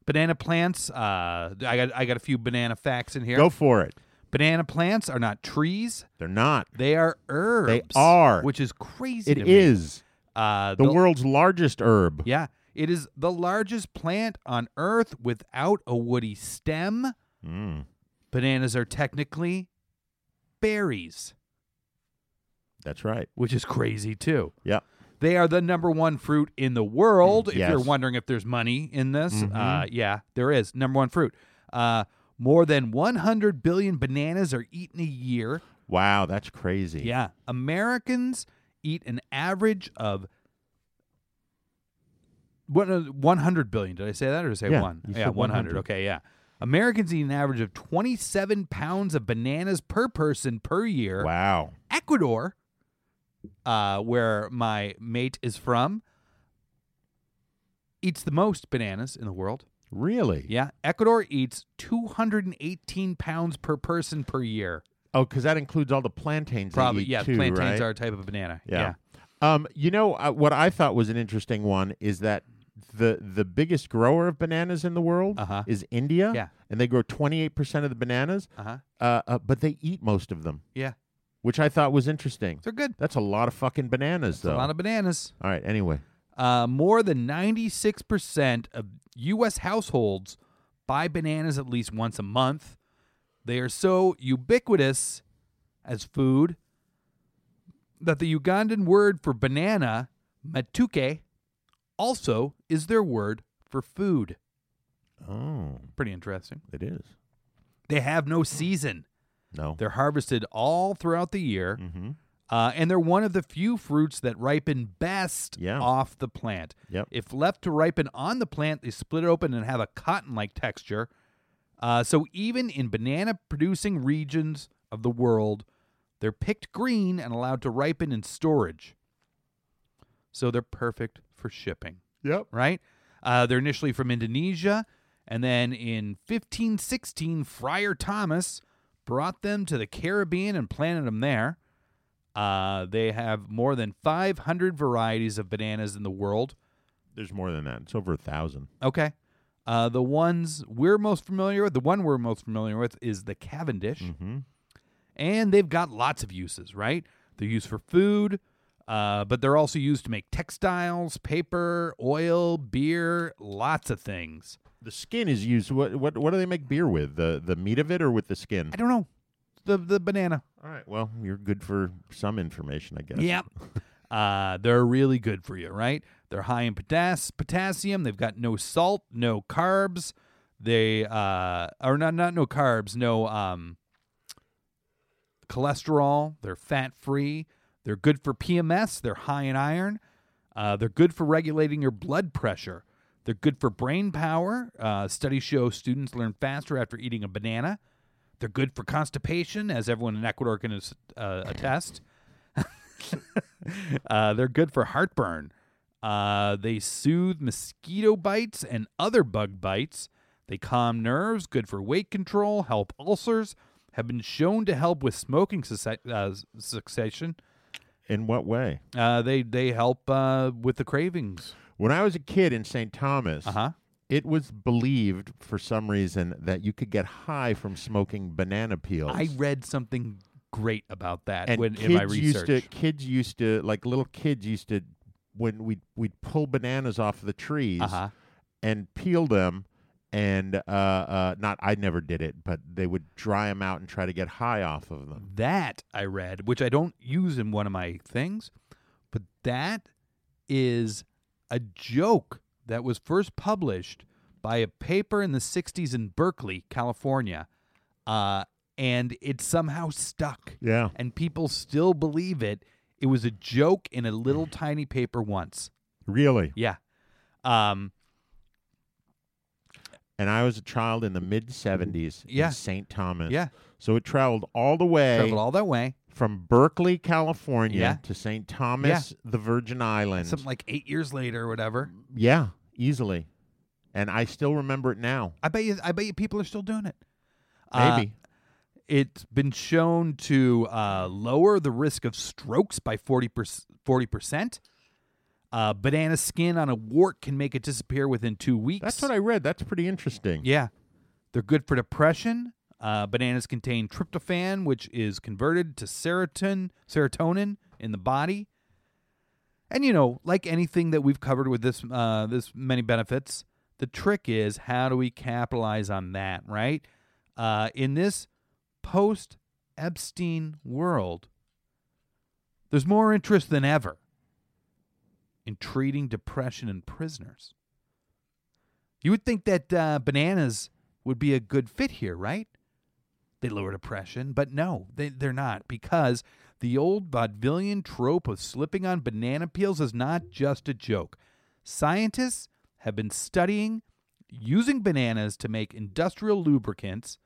[SPEAKER 6] Banana plants. Uh, I got I got a few banana facts in here.
[SPEAKER 5] Go for it.
[SPEAKER 6] Banana plants are not trees;
[SPEAKER 5] They're not.
[SPEAKER 6] they are herbs.
[SPEAKER 5] are.
[SPEAKER 6] which is crazy.
[SPEAKER 5] It
[SPEAKER 6] to me.
[SPEAKER 5] is
[SPEAKER 6] uh,
[SPEAKER 5] the world's largest herb.
[SPEAKER 6] Yeah, it is the largest plant on Earth without a woody stem.
[SPEAKER 5] Mm,
[SPEAKER 6] Bananas are technically berries,
[SPEAKER 5] that's right.
[SPEAKER 6] which is crazy too.
[SPEAKER 5] Yeah.
[SPEAKER 6] They are the number one fruit in the world. If you're
[SPEAKER 5] Yes. Mm-hmm.
[SPEAKER 6] wondering if there's money in this, uh, yeah, there is. Number one fruit. Uh, more than 100 billion bananas are eaten a year.
[SPEAKER 5] Wow, that's crazy.
[SPEAKER 6] Yeah. Americans eat an average of what uh, 100 billion. Did I say that or did I say
[SPEAKER 5] Yeah,
[SPEAKER 6] one?
[SPEAKER 5] you
[SPEAKER 6] yeah, 100.
[SPEAKER 5] said 100.
[SPEAKER 6] Okay, yeah. Americans eat an average of 27 pounds of bananas per person per year.
[SPEAKER 5] Wow.
[SPEAKER 6] Ecuador, uh, where my mate is from, eats the most bananas in the world.
[SPEAKER 5] Really?
[SPEAKER 6] Yeah. Ecuador eats 218 pounds per person per year.
[SPEAKER 5] Oh, because that includes all the plantains. they
[SPEAKER 6] Probably,
[SPEAKER 5] eat
[SPEAKER 6] yeah.
[SPEAKER 5] too,
[SPEAKER 6] plantains
[SPEAKER 5] right?
[SPEAKER 6] are a type of banana. yeah.
[SPEAKER 5] Yeah. Um, you know uh, what I thought was an interesting one is that the the biggest grower of bananas in the world
[SPEAKER 6] Uh-huh.
[SPEAKER 5] is India.
[SPEAKER 6] Yeah.
[SPEAKER 5] And they grow 28% of the bananas,
[SPEAKER 6] Uh-huh.
[SPEAKER 5] uh, uh, but they eat most of them,
[SPEAKER 6] Yeah.
[SPEAKER 5] which I thought was interesting.
[SPEAKER 6] They're good.
[SPEAKER 5] That's a lot of fucking bananas,
[SPEAKER 6] It's
[SPEAKER 5] though.
[SPEAKER 6] a lot of bananas.
[SPEAKER 5] all right. Anyway,
[SPEAKER 6] Uh, more than 96% of U.S. households buy bananas at least once a month. They are so ubiquitous as food that the Ugandan word for banana, matuke, also is their word for food.
[SPEAKER 5] oh,
[SPEAKER 6] Pretty interesting.
[SPEAKER 5] it is.
[SPEAKER 6] They have no season.
[SPEAKER 5] No.
[SPEAKER 6] They're harvested all throughout the year,
[SPEAKER 5] Mm-hmm.
[SPEAKER 6] uh, and they're one of the few fruits that ripen best
[SPEAKER 5] Yeah.
[SPEAKER 6] off the plant.
[SPEAKER 5] Yep.
[SPEAKER 6] If left to ripen on the plant, they split open and have a cotton-like texture. Uh, so even in banana-producing regions of the world, they're picked green and allowed to ripen in storage. So they're perfect for shipping
[SPEAKER 5] Yep.
[SPEAKER 6] right? Uh, they're initially from Indonesia, and then in 1516, Friar Thomas brought them to the Caribbean and planted them there. Uh, they have more than 500 varieties of bananas in the world.
[SPEAKER 5] There's more than that. It's over a thousand.
[SPEAKER 6] Okay. Uh, the ones we're most familiar with, the one we're most familiar with is the Cavendish. And they've got lots of uses, right? They're used for food, uh, but they're also used to make textiles, paper, oil, beer, lots of things.
[SPEAKER 5] The skin is used. What what what do they make beer with? The the meat of it or with the skin?
[SPEAKER 6] I don't know. The, the banana.
[SPEAKER 5] All right. Well, you're good for some information, I guess.
[SPEAKER 6] Yep. uh, they're really good for you, right? They're high in potass- potassium. They've got no salt, no carbs. They uh, are not not no carbs, no um, cholesterol. They're fat free. They're good for PMS. They're high in iron. Uh, they're good for regulating your blood pressure. They're good for brain power. Uh, studies show students learn faster after eating a banana. They're good for constipation, as everyone in Ecuador can uh, attest. Uh, they're good for heartburn. Uh, they soothe mosquito bites and other bug bites. They calm nerves, good for weight control, help ulcers, have been shown to help with smoking suce- uh, s- cessation.
[SPEAKER 5] In what way?
[SPEAKER 6] Uh, they they help uh, with the cravings.
[SPEAKER 5] When I was a kid in St. Thomas,
[SPEAKER 6] Uh huh.
[SPEAKER 5] it was believed for some reason that you could get high from smoking banana peels.
[SPEAKER 6] I read something great about that
[SPEAKER 5] and
[SPEAKER 6] when
[SPEAKER 5] kids
[SPEAKER 6] in my
[SPEAKER 5] used
[SPEAKER 6] research.
[SPEAKER 5] to kids used to like little kids used to when we we'd pull bananas off the trees
[SPEAKER 6] Uh-huh.
[SPEAKER 5] and peel them and uh, uh, not I never did it, but they would dry them out and try to get high off of them.
[SPEAKER 6] that I read, which I don't use in one of my things, but that is a joke that was first published by a paper in the 60s in Berkeley, California. Uh, and it somehow stuck.
[SPEAKER 5] Yeah.
[SPEAKER 6] And people still believe it. It was a joke in a little tiny paper once.
[SPEAKER 5] Really?
[SPEAKER 6] Yeah. Um,
[SPEAKER 5] And I was a child in the mid '70s
[SPEAKER 6] Mm-hmm. Yeah.
[SPEAKER 5] in St. Thomas.
[SPEAKER 6] Yeah.
[SPEAKER 5] So it traveled all the way
[SPEAKER 6] traveled all that way.
[SPEAKER 5] from Berkeley, California
[SPEAKER 6] Yeah.
[SPEAKER 5] to St. Thomas, the Virgin Islands.
[SPEAKER 6] Something like eight years later or whatever.
[SPEAKER 5] yeah, easily. And I still remember it now.
[SPEAKER 6] I bet you I bet you people are still doing it. Uh,
[SPEAKER 5] Maybe.
[SPEAKER 6] it's been shown to uh, lower the risk of strokes by 40%. 40%. Uh, banana skin on a wart can make it disappear within two weeks.
[SPEAKER 5] That's what I read. That's pretty interesting.
[SPEAKER 6] Yeah. They're good for depression. Uh, bananas contain tryptophan, which is converted to serotonin, serotonin in the body. And you know, like anything that we've covered with this uh, this many benefits, the trick is how do we capitalize on that, right? Uh, in this post Epstein world, there's more interest than ever in treating depression in prisoners. You would think that uh, bananas would be a good fit here, right? They lower depression, but no, they, they're not because the old vaudevillian trope of slipping on banana peels is not just a joke. Scientists have been studying using bananas to make industrial lubricants.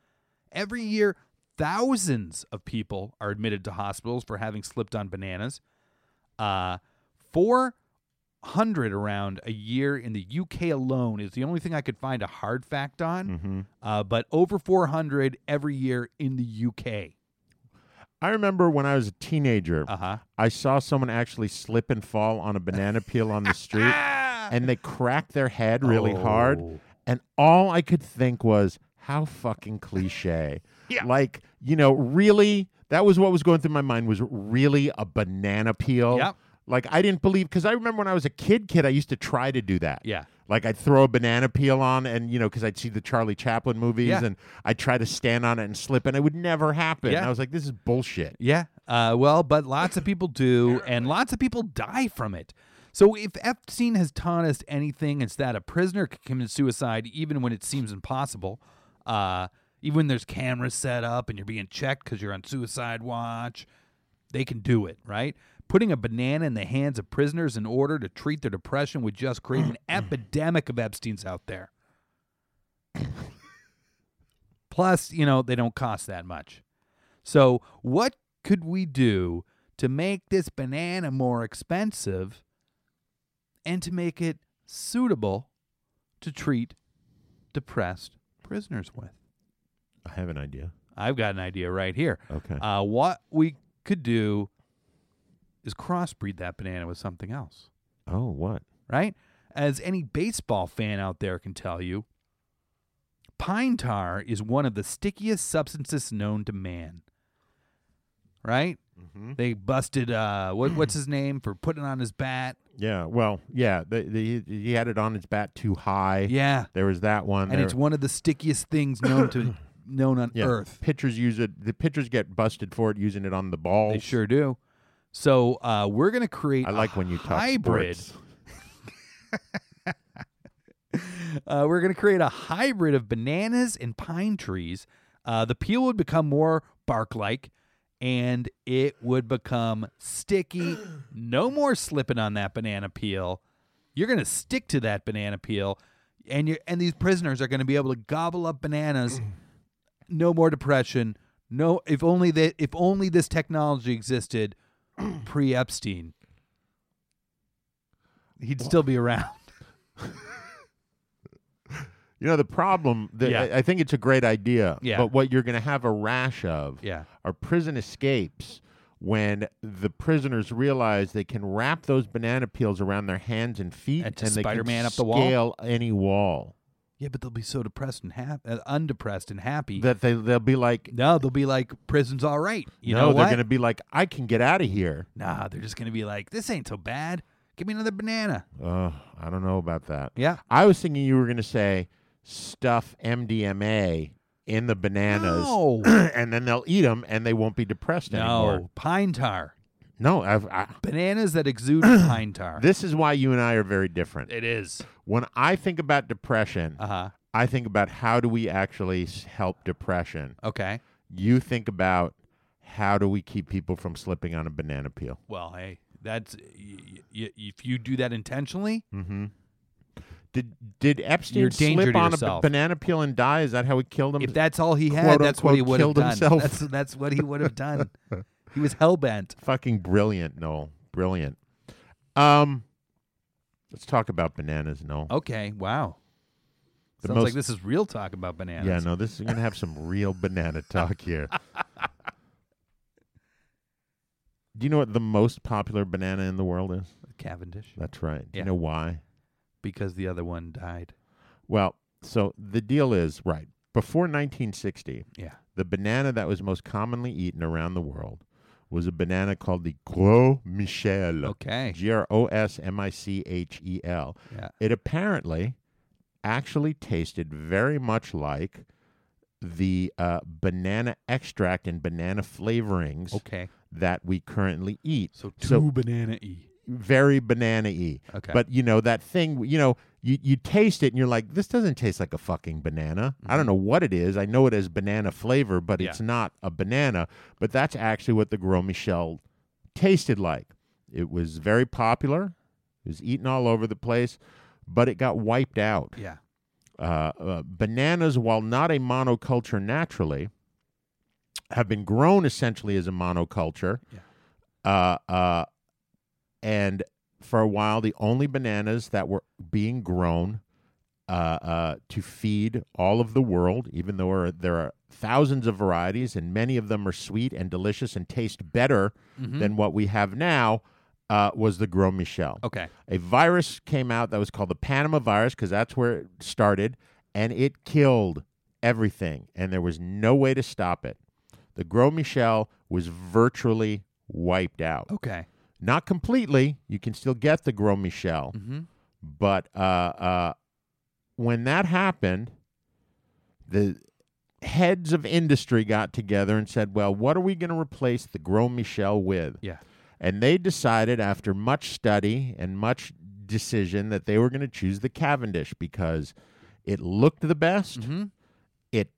[SPEAKER 6] Every year, thousands of people are admitted to hospitals for having slipped on bananas. Uh, 400 around a year in the UK alone is the only thing I could find a hard fact on, uh, but over 400 every year in the UK.
[SPEAKER 5] I remember when I was a teenager,
[SPEAKER 6] Uh huh.
[SPEAKER 5] I saw someone actually slip and fall on a banana peel on the street,
[SPEAKER 6] Ah!
[SPEAKER 5] and they cracked their head really hard.
[SPEAKER 6] Oh.
[SPEAKER 5] And all I could think was, how fucking cliche. yeah. Like, you know, really, that was what was going through my mind was really a banana peel.
[SPEAKER 6] Yep.
[SPEAKER 5] Like, I didn't believe, because I remember when I was a kid, kid, I used to try to do that.
[SPEAKER 6] Yeah.
[SPEAKER 5] Like, I'd throw a banana peel on, and, you know, because I'd see the Charlie Chaplin movies,
[SPEAKER 6] Yeah.
[SPEAKER 5] and I'd try to stand on it and slip, and it would never happen.
[SPEAKER 6] Yeah.
[SPEAKER 5] And I was like, this is bullshit.
[SPEAKER 6] Yeah. Uh, well, but lots of people do, and lots of people die from it. So if Epstein has taught us anything, it's that a prisoner can commit suicide even when it seems impossible. Uh, even when there's cameras set up and you're being checked because you're on suicide watch, they can do it, right? Putting a banana in the hands of prisoners in order to treat their depression would just create an epidemic of Epstein's out there. Plus, you know, they don't cost that much. So, what could we do to make this banana more expensive and to make it suitable to treat depressed prisoners with?
[SPEAKER 5] I have an idea.
[SPEAKER 6] I've got an idea right here.
[SPEAKER 5] Okay.
[SPEAKER 6] Uh, what we could do is crossbreed that banana with something else,
[SPEAKER 5] Oh, what?
[SPEAKER 6] right? As any baseball fan out there can tell you, pine tar is one of the stickiest substances known to man. Right?
[SPEAKER 5] Mm-hmm.
[SPEAKER 6] They busted uh, what, what's his name for putting on his bat?
[SPEAKER 5] Yeah, well, yeah, the, the, he had it on his bat too high.
[SPEAKER 6] Yeah,
[SPEAKER 5] There was that one.
[SPEAKER 6] and it's
[SPEAKER 5] There-
[SPEAKER 6] one of the stickiest things known to known on
[SPEAKER 5] yeah,
[SPEAKER 6] Earth.
[SPEAKER 5] Pitchers use it. The pitchers get busted for it using it on the ball.
[SPEAKER 6] They sure do. So uh, we're gonna create.
[SPEAKER 5] I
[SPEAKER 6] a
[SPEAKER 5] like when you talk
[SPEAKER 6] hybrid.
[SPEAKER 5] sports.
[SPEAKER 6] Uh, we're going to create a hybrid of bananas and pine trees. Uh, the peel would become more bark like and it would become sticky. No more slipping on that banana peel. You're going to stick to that banana peel and you and these prisoners are going to be able to gobble up bananas. No more depression. No if only that if only this technology existed pre Epstein. He'd still be around.
[SPEAKER 5] You know the problem. The,
[SPEAKER 6] Yeah.
[SPEAKER 5] I, I think it's a great idea.
[SPEAKER 6] Yeah.
[SPEAKER 5] But what you're going to have a rash of
[SPEAKER 6] Yeah.
[SPEAKER 5] are prison escapes when the prisoners realize they can wrap those banana peels around their hands and feet,
[SPEAKER 6] And to
[SPEAKER 5] they can
[SPEAKER 6] Spider-Man up the wall?
[SPEAKER 5] scale any wall.
[SPEAKER 6] Yeah, but they'll be so depressed and happy, uh, undepressed and happy.
[SPEAKER 5] That they they'll be like,
[SPEAKER 6] no, they'll be like, "Prison's all right." You
[SPEAKER 5] no,
[SPEAKER 6] know
[SPEAKER 5] they're
[SPEAKER 6] what?
[SPEAKER 5] going to be like, I can get out of here.
[SPEAKER 6] nah, they're just gonna be like, "This ain't so bad. Give me another banana."
[SPEAKER 5] Uh, I don't know about that.
[SPEAKER 6] Yeah.
[SPEAKER 5] I was thinking you were going to say stuff MDMA in the bananas,
[SPEAKER 6] No.
[SPEAKER 5] and then they'll eat them, and they won't be depressed anymore.
[SPEAKER 6] No, pine tar.
[SPEAKER 5] No, I've, I,
[SPEAKER 6] Bananas that exude pine tar.
[SPEAKER 5] this is why you and I are very different.
[SPEAKER 6] it is.
[SPEAKER 5] When I think about depression,
[SPEAKER 6] Uh huh.
[SPEAKER 5] I think about how do we actually s- help depression.
[SPEAKER 6] Okay.
[SPEAKER 5] You think about how do we keep people from slipping on a banana peel.
[SPEAKER 6] Well, hey, that's y- y- if you do that intentionally,
[SPEAKER 5] Mm. Did did Epstein
[SPEAKER 6] You're danger
[SPEAKER 5] slip
[SPEAKER 6] to
[SPEAKER 5] on a
[SPEAKER 6] yourself.
[SPEAKER 5] b- banana peel and die? Is that how he killed him?
[SPEAKER 6] if that's all he had,
[SPEAKER 5] Quote,
[SPEAKER 6] that's what he
[SPEAKER 5] unquote,
[SPEAKER 6] would have
[SPEAKER 5] killed
[SPEAKER 6] done.
[SPEAKER 5] himself.
[SPEAKER 6] That's that's what he would have done. he was hell bent.
[SPEAKER 5] Fucking brilliant, Noel. Brilliant. Um, let's talk about bananas, Noel.
[SPEAKER 6] Okay. Wow.
[SPEAKER 5] The
[SPEAKER 6] Sounds
[SPEAKER 5] most-
[SPEAKER 6] like this is real talk about bananas.
[SPEAKER 5] yeah, no, this is gonna have some real banana talk here. Do you know what the most popular banana in the world is?
[SPEAKER 6] Cavendish.
[SPEAKER 5] That's right. Do
[SPEAKER 6] Yeah.
[SPEAKER 5] you know why?
[SPEAKER 6] because the other one died.
[SPEAKER 5] Well, so the deal is right. Before 1960,
[SPEAKER 6] Yeah.
[SPEAKER 5] The banana that was most commonly eaten around the world was a banana called the Gros Michel.
[SPEAKER 6] Okay.
[SPEAKER 5] G R O S M I C H E L.
[SPEAKER 6] Yeah.
[SPEAKER 5] It apparently actually tasted very much like the uh, banana extract and banana flavorings
[SPEAKER 6] Okay.
[SPEAKER 5] that we currently eat.
[SPEAKER 6] So two banana e.
[SPEAKER 5] very banana y.
[SPEAKER 6] Okay.
[SPEAKER 5] But you know, that thing, you know, you, you taste it and you're like, this doesn't taste like a fucking banana. I don't know what it is. I know it has banana flavor, but
[SPEAKER 6] Mm-hmm. Yeah.
[SPEAKER 5] it's not a banana. But that's actually what the Gros Michel tasted like. It was very popular, it was eaten all over the place, but it got wiped out
[SPEAKER 6] Yeah.
[SPEAKER 5] uh, uh, bananas, while not a monoculture naturally, have been grown essentially as a monoculture. Uh, uh, and for a while, the only bananas that were being grown uh, uh, to feed all of the world, even though are- there are thousands of varieties and many of them are sweet and delicious and taste better than what we have now, uh, was the Gros Michel
[SPEAKER 6] Okay.
[SPEAKER 5] a virus came out that was called the Panama virus because that's where it started, and it killed everything, and there was no way to stop it. The Gros Michel was virtually wiped out.
[SPEAKER 6] Okay.
[SPEAKER 5] Not completely. You can still get the Gros Michel, but uh, uh, when that happened, the heads of industry got together and said, "Well, what are we going to replace the Gros Michel with?"
[SPEAKER 6] Yeah.
[SPEAKER 5] And they decided after much study and much decision that they were going to choose the Cavendish because it looked the best. It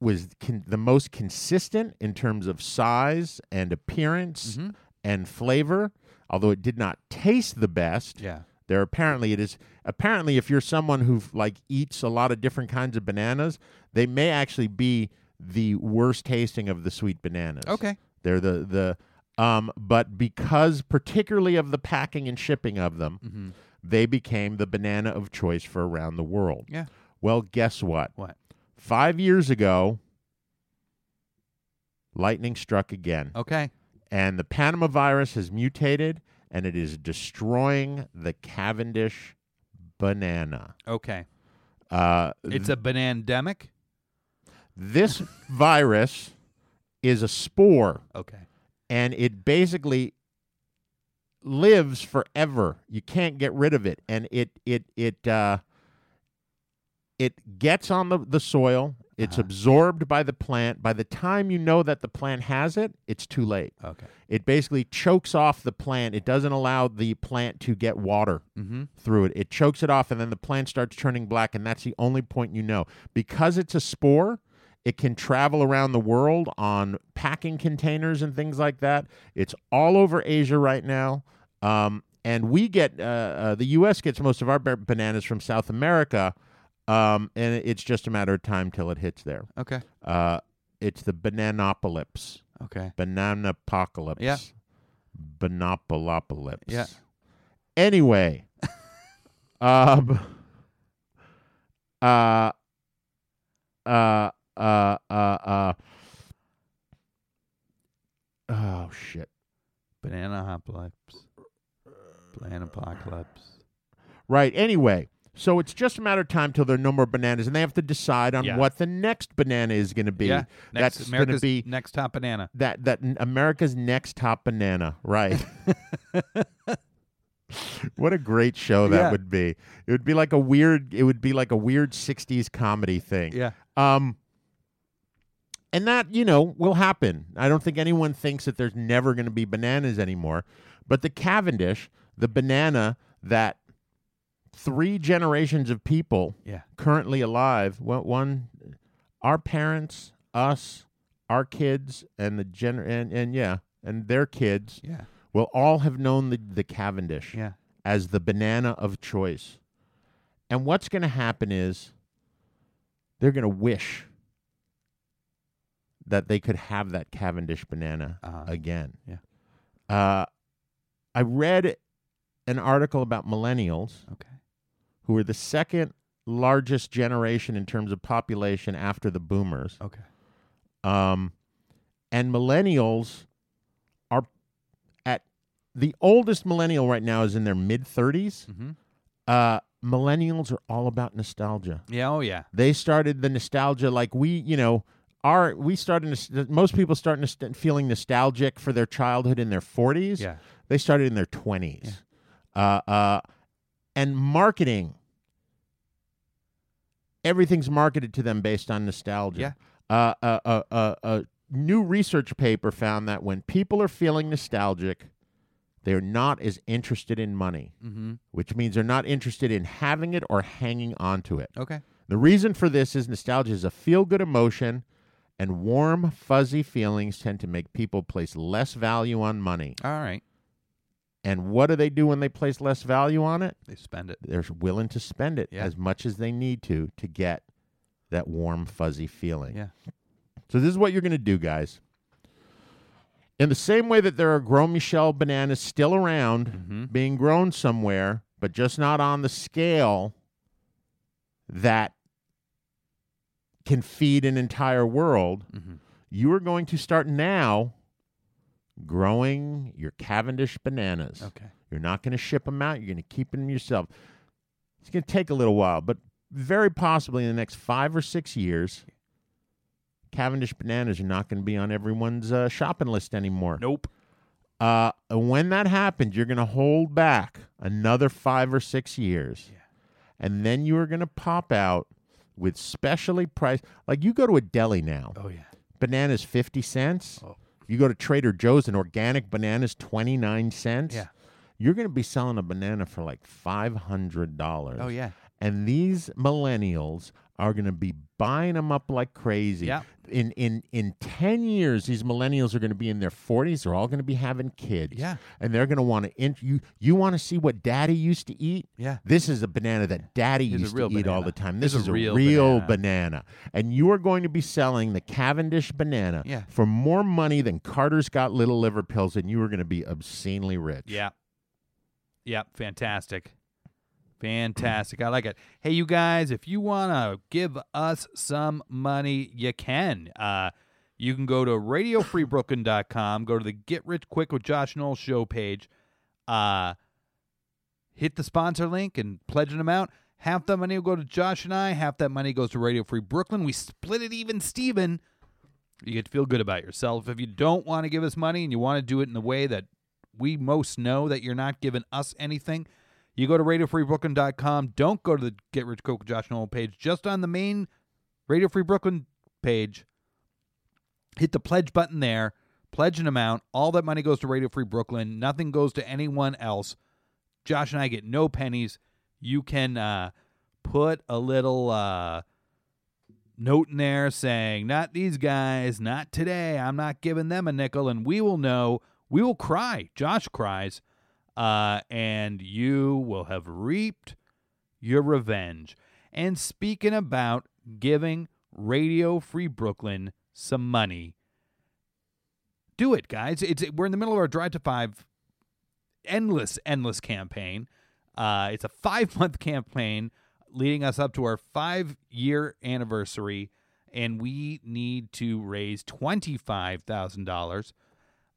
[SPEAKER 5] was con- the most consistent in terms of size and appearance and flavor, although it did not taste the best.
[SPEAKER 6] Yeah.
[SPEAKER 5] There apparently it is apparently if you're someone who like eats a lot of different kinds of bananas, they may actually be the worst tasting of the sweet bananas.
[SPEAKER 6] Okay.
[SPEAKER 5] They're the the um but because particularly of the packing and shipping of them,
[SPEAKER 6] Mm-hmm.
[SPEAKER 5] they became the banana of choice for around the world.
[SPEAKER 6] Yeah.
[SPEAKER 5] Well, guess what?
[SPEAKER 6] What?
[SPEAKER 5] 5 years ago lightning struck again
[SPEAKER 6] Okay.
[SPEAKER 5] and the Panama virus has mutated and it is destroying the Cavendish banana.
[SPEAKER 6] Okay.
[SPEAKER 5] Uh,
[SPEAKER 6] It's a banandemic.
[SPEAKER 5] this virus is a spore
[SPEAKER 6] Okay.
[SPEAKER 5] and it basically lives forever. You can't get rid of it, and it it it uh, it gets on the the soil. It's absorbed by the plant. By the time you know that the plant has it, it's too late.
[SPEAKER 6] Okay.
[SPEAKER 5] It basically chokes off the plant. It doesn't allow the plant to get water
[SPEAKER 6] Mm-hmm.
[SPEAKER 5] through it. It chokes it off, and then the plant starts turning black, and that's the only point you know. Because it's a spore, it can travel around the world on packing containers and things like that. It's all over Asia right now. Um, and we get, uh, uh, the U.S. gets most of our ba- bananas from South America, um, and it's just a matter of time till it hits there.
[SPEAKER 6] Okay.
[SPEAKER 5] Uh, it's the bananopolis.
[SPEAKER 6] Okay.
[SPEAKER 5] Banana apocalypse.
[SPEAKER 6] Yeah.
[SPEAKER 5] Banapalopolypse.
[SPEAKER 6] Yeah.
[SPEAKER 5] Anyway. um uh uh uh uh uh Oh shit.
[SPEAKER 6] Banana apocalypse. Banana apocalypse.
[SPEAKER 5] Right. Anyway, so it's just a matter of time till there are no more bananas and they have to decide on
[SPEAKER 6] Yeah.
[SPEAKER 5] what the next banana is going to be.
[SPEAKER 6] Yeah. Next,
[SPEAKER 5] That's going to
[SPEAKER 6] America's
[SPEAKER 5] be
[SPEAKER 6] next top banana.
[SPEAKER 5] that that n- America's next top banana, right? what a great show that
[SPEAKER 6] Yeah.
[SPEAKER 5] would be. It would be like a weird it would be like a weird 60s comedy thing.
[SPEAKER 6] Yeah.
[SPEAKER 5] Um and that, you know, will happen. I don't think anyone thinks that there's never going to be bananas anymore, but the Cavendish, the banana that three generations of people
[SPEAKER 6] Yeah.
[SPEAKER 5] currently alive, well, one, our parents, us, our kids, and the gener- and, and yeah, and their kids
[SPEAKER 6] Yeah.
[SPEAKER 5] will all have known the, the Cavendish
[SPEAKER 6] Yeah.
[SPEAKER 5] as the banana of choice. And what's going to happen is they're going to wish that they could have that Cavendish banana
[SPEAKER 6] Uh-huh.
[SPEAKER 5] again.
[SPEAKER 6] Yeah.
[SPEAKER 5] Uh, I read an article about millennials
[SPEAKER 6] Okay.
[SPEAKER 5] who are the second largest generation in terms of population after the boomers.
[SPEAKER 6] Okay.
[SPEAKER 5] Um, and millennials are at the oldest millennial right now is in their mid 30s.
[SPEAKER 6] Mhm.
[SPEAKER 5] Uh, millennials are all about nostalgia.
[SPEAKER 6] Yeah. Oh yeah.
[SPEAKER 5] They started the nostalgia like we, you know, are we starting to st- most people starting to st- feeling nostalgic for their childhood in their 40s
[SPEAKER 6] Yeah.
[SPEAKER 5] they started in their 20s uh, uh, and marketing everything's marketed to them based on nostalgia
[SPEAKER 6] Yeah.
[SPEAKER 5] uh, uh, uh, uh, uh, new research paper found that when people are feeling nostalgic they're not as interested in money
[SPEAKER 6] Mhm.
[SPEAKER 5] which means they're not interested in having it or hanging on to it
[SPEAKER 6] Okay.
[SPEAKER 5] the reason for this is nostalgia is a feel good emotion, and warm, fuzzy feelings tend to make people place less value on money.
[SPEAKER 6] All right.
[SPEAKER 5] And what do they do when they place less value on it?
[SPEAKER 6] They spend it.
[SPEAKER 5] They're willing to spend it
[SPEAKER 6] Yeah.
[SPEAKER 5] as much as they need to to get that warm, fuzzy feeling.
[SPEAKER 6] Yeah.
[SPEAKER 5] So, this is what you're going to do, guys. In the same way that there are Gros Michel bananas still around,
[SPEAKER 6] Mm-hmm.
[SPEAKER 5] being grown somewhere, but just not on the scale that can feed an entire world,
[SPEAKER 6] Mm-hmm.
[SPEAKER 5] you are going to start now growing your Cavendish bananas.
[SPEAKER 6] Okay.
[SPEAKER 5] You're not going to ship them out. You're going to keep them yourself. It's going to take a little while, but very possibly in the next five or six years, Cavendish bananas are not going to be on everyone's uh, shopping list anymore.
[SPEAKER 6] Nope.
[SPEAKER 5] Uh, and when that happens, you're going to hold back another five or six years. And then you are going to pop out with specially priced, like you go to a deli now,
[SPEAKER 6] Oh yeah.
[SPEAKER 5] bananas 50 cents.
[SPEAKER 6] Oh.
[SPEAKER 5] You go to Trader Joe's and organic bananas 29 cents.
[SPEAKER 6] Yeah.
[SPEAKER 5] You're going to be selling a banana for like $500.
[SPEAKER 6] Oh, yeah.
[SPEAKER 5] And these millennials are going to be buying them up like crazy.
[SPEAKER 6] Yeah.
[SPEAKER 5] In in in 10 years these millennials are going to be in their 40s, they're all going to be having kids.
[SPEAKER 6] Yeah.
[SPEAKER 5] And they're going to want to int- you you want to see what daddy used to eat?
[SPEAKER 6] Yeah.
[SPEAKER 5] This is a banana that daddy
[SPEAKER 6] Here's a
[SPEAKER 5] used to
[SPEAKER 6] real
[SPEAKER 5] eat all
[SPEAKER 6] banana.
[SPEAKER 5] the time.
[SPEAKER 6] Here's
[SPEAKER 5] This
[SPEAKER 6] a
[SPEAKER 5] is a
[SPEAKER 6] real
[SPEAKER 5] real,
[SPEAKER 6] banana.
[SPEAKER 5] banana banana. And you are going to be selling the Cavendish banana
[SPEAKER 6] Yeah.
[SPEAKER 5] for more money than Carter's got little liver pills, and you are going to be obscenely rich.
[SPEAKER 6] Yeah. Yeah. Fantastic. Fantastic. I like it. Hey, you guys, if you want to give us some money, you can. Uh, you can go to radiofreebrooklyn.com, go to the Get Rich Quick with Josh Knoll show page, uh, hit the sponsor link and pledge an amount. Half that money will go to Josh and I. Half that money goes to Radio Free Brooklyn. We split it even, Steven. You get to feel good about yourself. If you don't want to give us money and you want to do it in the way that we most know that you're not giving us anything, you go to radiofreebrooklyn.com. Don't go to the Get Rich Coke with Josh Noel page. Just on the main Radio Free Brooklyn page, hit the pledge button there. Pledge an amount. All that money goes to Radio Free Brooklyn. Nothing goes to anyone else. Josh and I get no pennies. You can uh, put a little uh, note in there saying, Not these guys, not today. I'm not giving them a nickel. And we will know, we will cry. Josh cries. Uh, and you will have reaped your revenge. And speaking about giving Radio Free Brooklyn some money, do it, guys. It's we're in the middle of our drive to five endless, endless campaign. Uh, it's a five month campaign leading us up to our five year anniversary, and we need to raise twenty five thousand dollars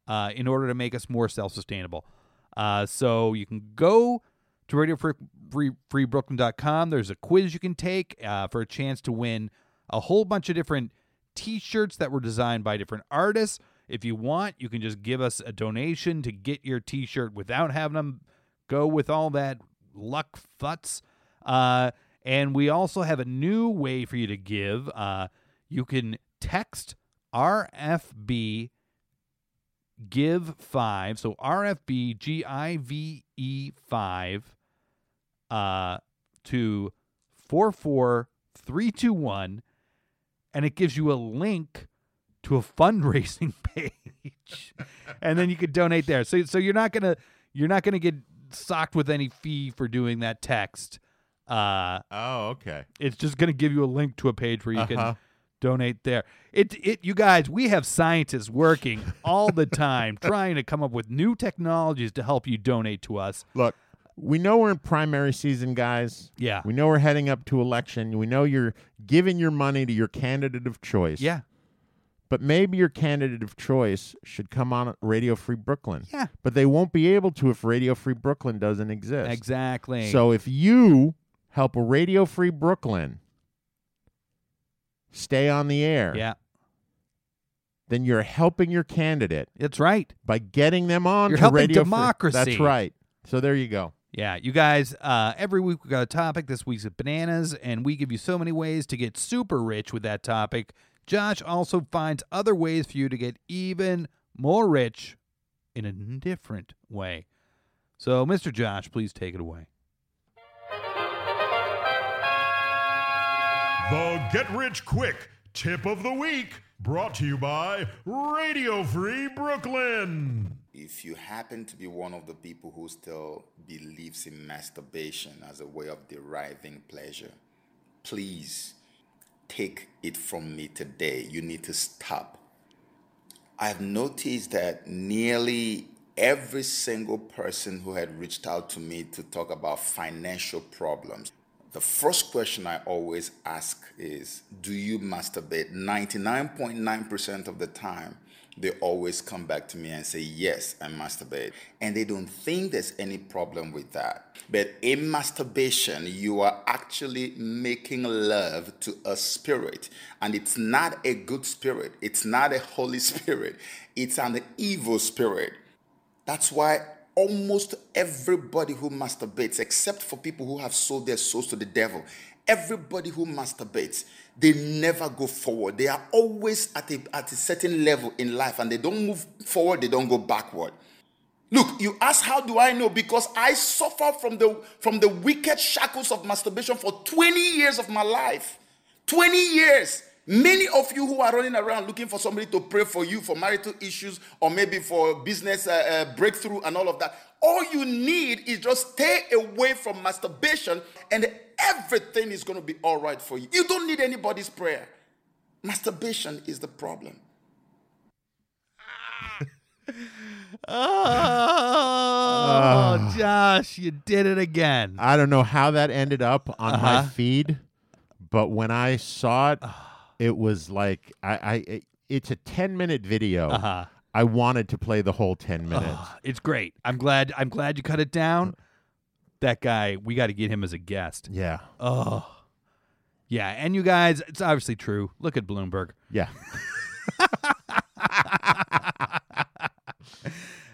[SPEAKER 6] uh, in order to make us more self sustainable. Uh, so you can go to radiofreebrooklyn.com. There's a quiz you can take uh, for a chance to win a whole bunch of different t shirts that were designed by different artists. If you want, you can just give us a donation to get your t shirt without having them go with all that luck futz. Uh, and we also have a new way for you to give. Uh, you can text RFB give five. So RFB G I V E five uh to four four three two one and it gives you a link to a fundraising page. and then you could donate there. So so you're not gonna you're not gonna get socked with any fee for doing that text. Uh
[SPEAKER 5] Oh, okay.
[SPEAKER 6] it's just going to give you a link to a page where you
[SPEAKER 5] Uh-huh.
[SPEAKER 6] can donate there. It it you guys, we have scientists working all the time trying to come up with new technologies to help you donate to us.
[SPEAKER 5] Look, we know we're in primary season, guys.
[SPEAKER 6] Yeah.
[SPEAKER 5] We know we're heading up to election. We know you're giving your money to your candidate of choice.
[SPEAKER 6] Yeah.
[SPEAKER 5] But maybe your candidate of choice should come on Radio Free Brooklyn.
[SPEAKER 6] Yeah.
[SPEAKER 5] But they won't be able to if Radio Free Brooklyn doesn't exist.
[SPEAKER 6] Exactly.
[SPEAKER 5] So if you help Radio Free Brooklyn stay on the air,
[SPEAKER 6] yeah.
[SPEAKER 5] then you're helping your candidate
[SPEAKER 6] That's right.
[SPEAKER 5] by getting them on
[SPEAKER 6] You're
[SPEAKER 5] to
[SPEAKER 6] helping
[SPEAKER 5] Radio Free-
[SPEAKER 6] democracy.
[SPEAKER 5] That's right. So there you go.
[SPEAKER 6] Yeah, you guys, uh, every week we got a topic. This week's bananas, and we give you so many ways to get super rich with that topic. Josh also finds other ways for you to get even more rich in a different way. So, Mr. Josh, please take it away.
[SPEAKER 7] The Get Rich Quick Tip of the Week, brought to you by Radio Free Brooklyn.
[SPEAKER 8] if you happen to be one of the people who still believes in masturbation as a way of deriving pleasure, please take it from me today. You need to stop. I've noticed that nearly every single person who had reached out to me to talk about financial problems, the first question I always ask is Do you masturbate? 99.9% of the time, they always come back to me and say, Yes, I masturbate. And they don't think there's any problem with that. But in masturbation, you are actually making love to a spirit. And it's not a good spirit, it's not a holy spirit, it's an evil spirit. That's why almost everybody who masturbates, except for people who have sold their souls to the devil, everybody who masturbates, they never go forward. They are always at a, at a certain level in life and they don't move forward, they don't go backward. Look, you ask how do I know? Because I suffer from the from the wicked shackles of masturbation for 20 years of my life. 20 years. Many of you who are running around looking for somebody to pray for you for marital issues or maybe for business uh, uh, breakthrough and all of that, all you need is just stay away from masturbation and everything is going to be all right for you. You don't need anybody's prayer. Masturbation is the problem.
[SPEAKER 6] Oh, Josh, you did it again.
[SPEAKER 5] I don't know how that ended up on my
[SPEAKER 6] Uh-huh.
[SPEAKER 5] feed, but when I saw it, it was like I, I it, it's a ten minute video.
[SPEAKER 6] Uh-huh.
[SPEAKER 5] I wanted to play the whole ten minutes.
[SPEAKER 6] It's great. I'm glad. I'm glad you cut it down. That guy, we got to get him as a guest.
[SPEAKER 5] yeah,
[SPEAKER 6] Oh, yeah. And you guys, it's obviously true. Look at Bloomberg.
[SPEAKER 5] yeah.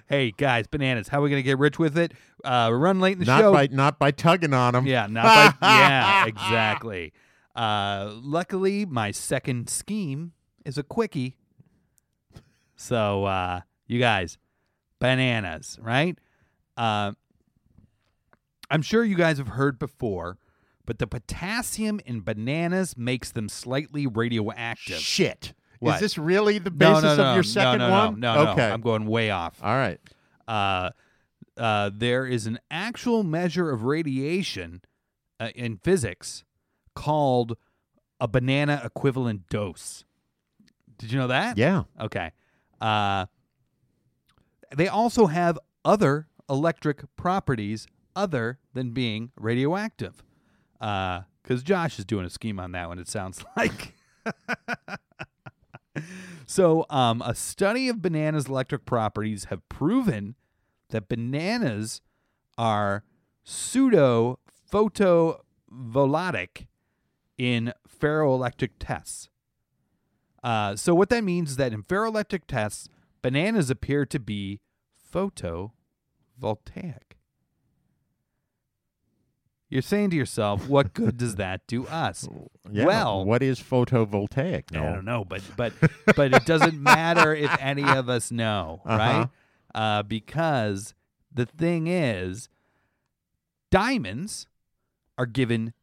[SPEAKER 6] Hey guys, bananas. How are we gonna get rich with it? Uh, we're running late in the
[SPEAKER 5] not
[SPEAKER 6] show.
[SPEAKER 5] by not by tugging on them.
[SPEAKER 6] yeah, not by. yeah, exactly. Uh, luckily, my second scheme is a quickie. So uh, you guys, bananas, right? Uh, I'm sure you guys have heard before, but the potassium in bananas makes them slightly radioactive.
[SPEAKER 5] Shit. Is
[SPEAKER 6] What?
[SPEAKER 5] this really the
[SPEAKER 6] No,
[SPEAKER 5] basis
[SPEAKER 6] no, no,
[SPEAKER 5] of your second
[SPEAKER 6] no, no,
[SPEAKER 5] one?
[SPEAKER 6] No, no, no.
[SPEAKER 5] okay.
[SPEAKER 6] I'm going way off.
[SPEAKER 5] All right.
[SPEAKER 6] uh, uh, there is an actual measure of radiation uh, in physics called a banana equivalent dose. Did you know that?
[SPEAKER 5] Yeah.
[SPEAKER 6] Okay. Uh, they also have other electric properties other than being radioactive. Because Josh is doing a scheme on that one, it sounds like. so, um, a study of bananas' electric properties have proven that bananas are pseudo photovolatic in ferroelectric tests. Uh, so what that means is that in ferroelectric tests, bananas appear to be photovoltaic. You're saying to yourself, what good does that do us?
[SPEAKER 5] Yeah.
[SPEAKER 6] well,
[SPEAKER 5] what is photovoltaic? No.
[SPEAKER 6] I don't know, but but but it doesn't matter if any of us know, right? Uh, because the thing is, diamonds are given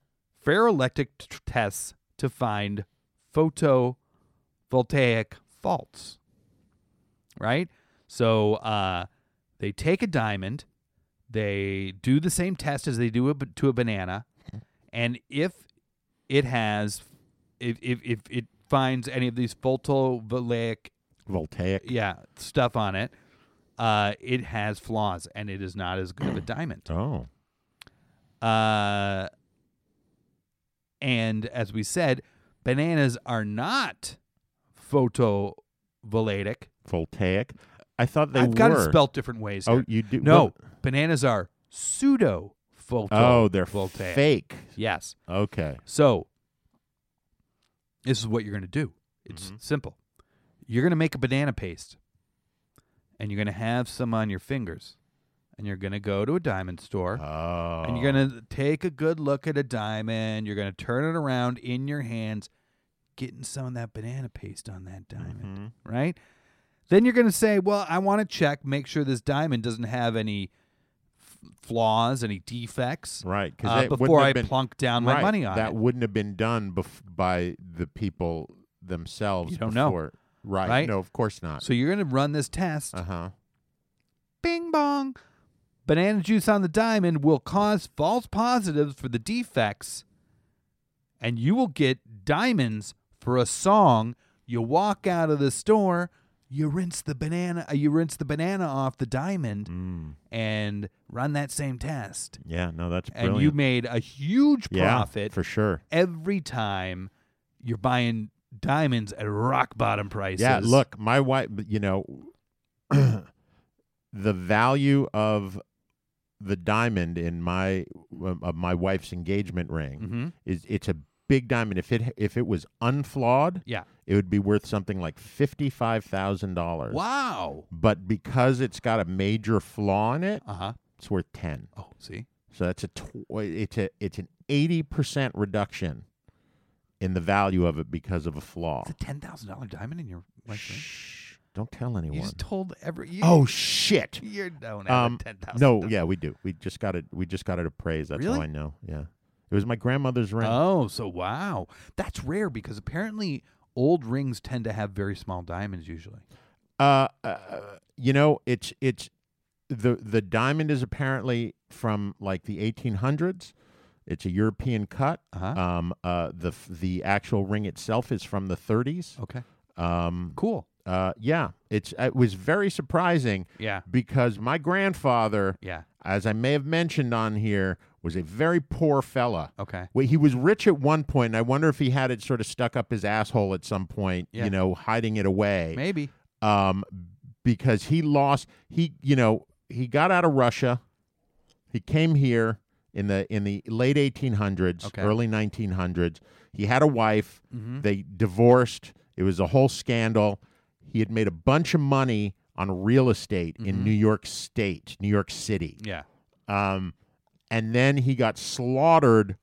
[SPEAKER 6] ferroelectric t- tests to find photovoltaic faults, right? So uh, they take a diamond, they do the same test as they do a, to a banana, and if it has if if, if it finds any of these photovoltaic
[SPEAKER 5] Voltaic.
[SPEAKER 6] yeah stuff on it uh it has flaws and it is not as good of a diamond
[SPEAKER 5] Oh.
[SPEAKER 6] uh and as we said bananas are not photovoltaic
[SPEAKER 5] Voltaic. I thought they
[SPEAKER 6] i've
[SPEAKER 5] were.
[SPEAKER 6] got it spelled different ways
[SPEAKER 5] Oh,
[SPEAKER 6] here.
[SPEAKER 5] you do-
[SPEAKER 6] no
[SPEAKER 5] well-
[SPEAKER 6] bananas are pseudo
[SPEAKER 5] Oh, they're fake.
[SPEAKER 6] yes
[SPEAKER 5] Okay. Mm-hmm.
[SPEAKER 6] So, this is what you're going to do. It's simple. you're going to make a banana paste and you're going to have some on your fingers and you're going to go to a diamond store
[SPEAKER 5] Oh.
[SPEAKER 6] and you're going to take a good look at a diamond. You're going to turn it around in your hands, getting some of that banana paste on that diamond,
[SPEAKER 5] Mm-hmm.
[SPEAKER 6] right? Then you're going to say, Well, I want to check, make sure this diamond doesn't have any f- flaws, any defects.
[SPEAKER 5] Oh. Right,
[SPEAKER 6] uh,
[SPEAKER 5] because
[SPEAKER 6] before I plunk down my money on
[SPEAKER 5] that
[SPEAKER 6] it.
[SPEAKER 5] wouldn't have been done bef- by the people themselves.
[SPEAKER 6] You don't know.
[SPEAKER 5] before. right?
[SPEAKER 6] Right?
[SPEAKER 5] No, of course not.
[SPEAKER 6] So you're going to run this test.
[SPEAKER 5] uh huh.
[SPEAKER 6] Bing bong. Banana juice on the diamond will cause false positives for the defects, and you will get diamonds for a song. You walk out of the store, you rinse the banana, uh, you rinse the banana off the diamond,
[SPEAKER 5] Mm.
[SPEAKER 6] and run that same test,
[SPEAKER 5] Yeah, no, that's
[SPEAKER 6] and
[SPEAKER 5] brilliant.
[SPEAKER 6] you made a huge
[SPEAKER 5] yeah,
[SPEAKER 6] profit
[SPEAKER 5] for sure.
[SPEAKER 6] every time you're buying diamonds at rock bottom prices.
[SPEAKER 5] Yeah, look, my wife, you know, the value of the diamond in my um, of my wife's engagement ring
[SPEAKER 6] Mhm.
[SPEAKER 5] is it's a big diamond. If it if it was unflawed,
[SPEAKER 6] Yeah.
[SPEAKER 5] it would be worth something like fifty five thousand dollars.
[SPEAKER 6] Wow.
[SPEAKER 5] But because it's got a major flaw in it,
[SPEAKER 6] Uh huh.
[SPEAKER 5] it's worth ten.
[SPEAKER 6] Oh, see.
[SPEAKER 5] So that's a tw- it's a it's an eighty percent reduction in the value of it because of a flaw.
[SPEAKER 6] It's a ten thousand dollar diamond in your wife's ring.
[SPEAKER 5] Shh! Don't tell anyone.
[SPEAKER 6] You just told every. You,
[SPEAKER 5] Oh shit.
[SPEAKER 6] you don't have
[SPEAKER 5] Um,
[SPEAKER 6] a ten thousand.
[SPEAKER 5] no, yeah, we do. We just got it. We just got it appraised. That's all
[SPEAKER 6] Really?
[SPEAKER 5] I know. Yeah, it was my grandmother's ring.
[SPEAKER 6] Oh, so wow, that's rare because apparently old rings tend to have very small diamonds usually.
[SPEAKER 5] Uh, uh, you know, it's it's the the diamond is apparently from like the 1800s. It's a European cut.
[SPEAKER 6] Uh-huh.
[SPEAKER 5] Um, uh, the f- the actual ring itself is from the 30s.
[SPEAKER 6] Okay,
[SPEAKER 5] Um,
[SPEAKER 6] cool.
[SPEAKER 5] uh, yeah, it's it was very surprising
[SPEAKER 6] Oh. Yeah,
[SPEAKER 5] because my grandfather,
[SPEAKER 6] yeah.
[SPEAKER 5] as I may have mentioned on here, was a very poor fella.
[SPEAKER 6] Okay,
[SPEAKER 5] Well, he was rich at one point, and I wonder if he had it sort of stuck up his asshole at some point,
[SPEAKER 6] Yeah.
[SPEAKER 5] you know, hiding it away.
[SPEAKER 6] maybe.
[SPEAKER 5] Um, because he lost he, you know, he got out of Russia. He came here in the in the late 1800s,
[SPEAKER 6] Okay. Mm-hmm.
[SPEAKER 5] early 1900s. He had a wife. They divorced. It was a whole scandal. He had made a bunch of money on real estate
[SPEAKER 6] Mm-hmm.
[SPEAKER 5] in New York State, New York City.
[SPEAKER 6] Yeah.
[SPEAKER 5] Um, and then he got slaughtered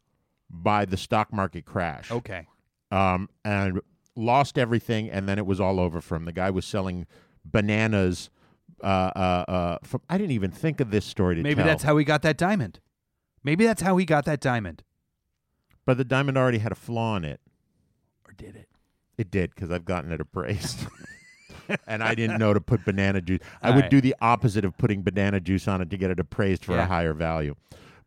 [SPEAKER 5] by the stock market crash.
[SPEAKER 6] Okay.
[SPEAKER 5] Um, and lost everything, and then it was all over for him. The guy was selling bananas. Uh, uh, uh, from, I didn't even think of this story to
[SPEAKER 6] Maybe
[SPEAKER 5] tell.
[SPEAKER 6] that's how he got that diamond. Maybe that's how he got that diamond,
[SPEAKER 5] But the diamond already had a flaw in it.
[SPEAKER 6] or did it?
[SPEAKER 5] It did because I've gotten it appraised. and I didn't know to put banana juice. I
[SPEAKER 6] All
[SPEAKER 5] would
[SPEAKER 6] right.
[SPEAKER 5] do the opposite of putting banana juice on it to get it appraised for a
[SPEAKER 6] Yeah.
[SPEAKER 5] higher value.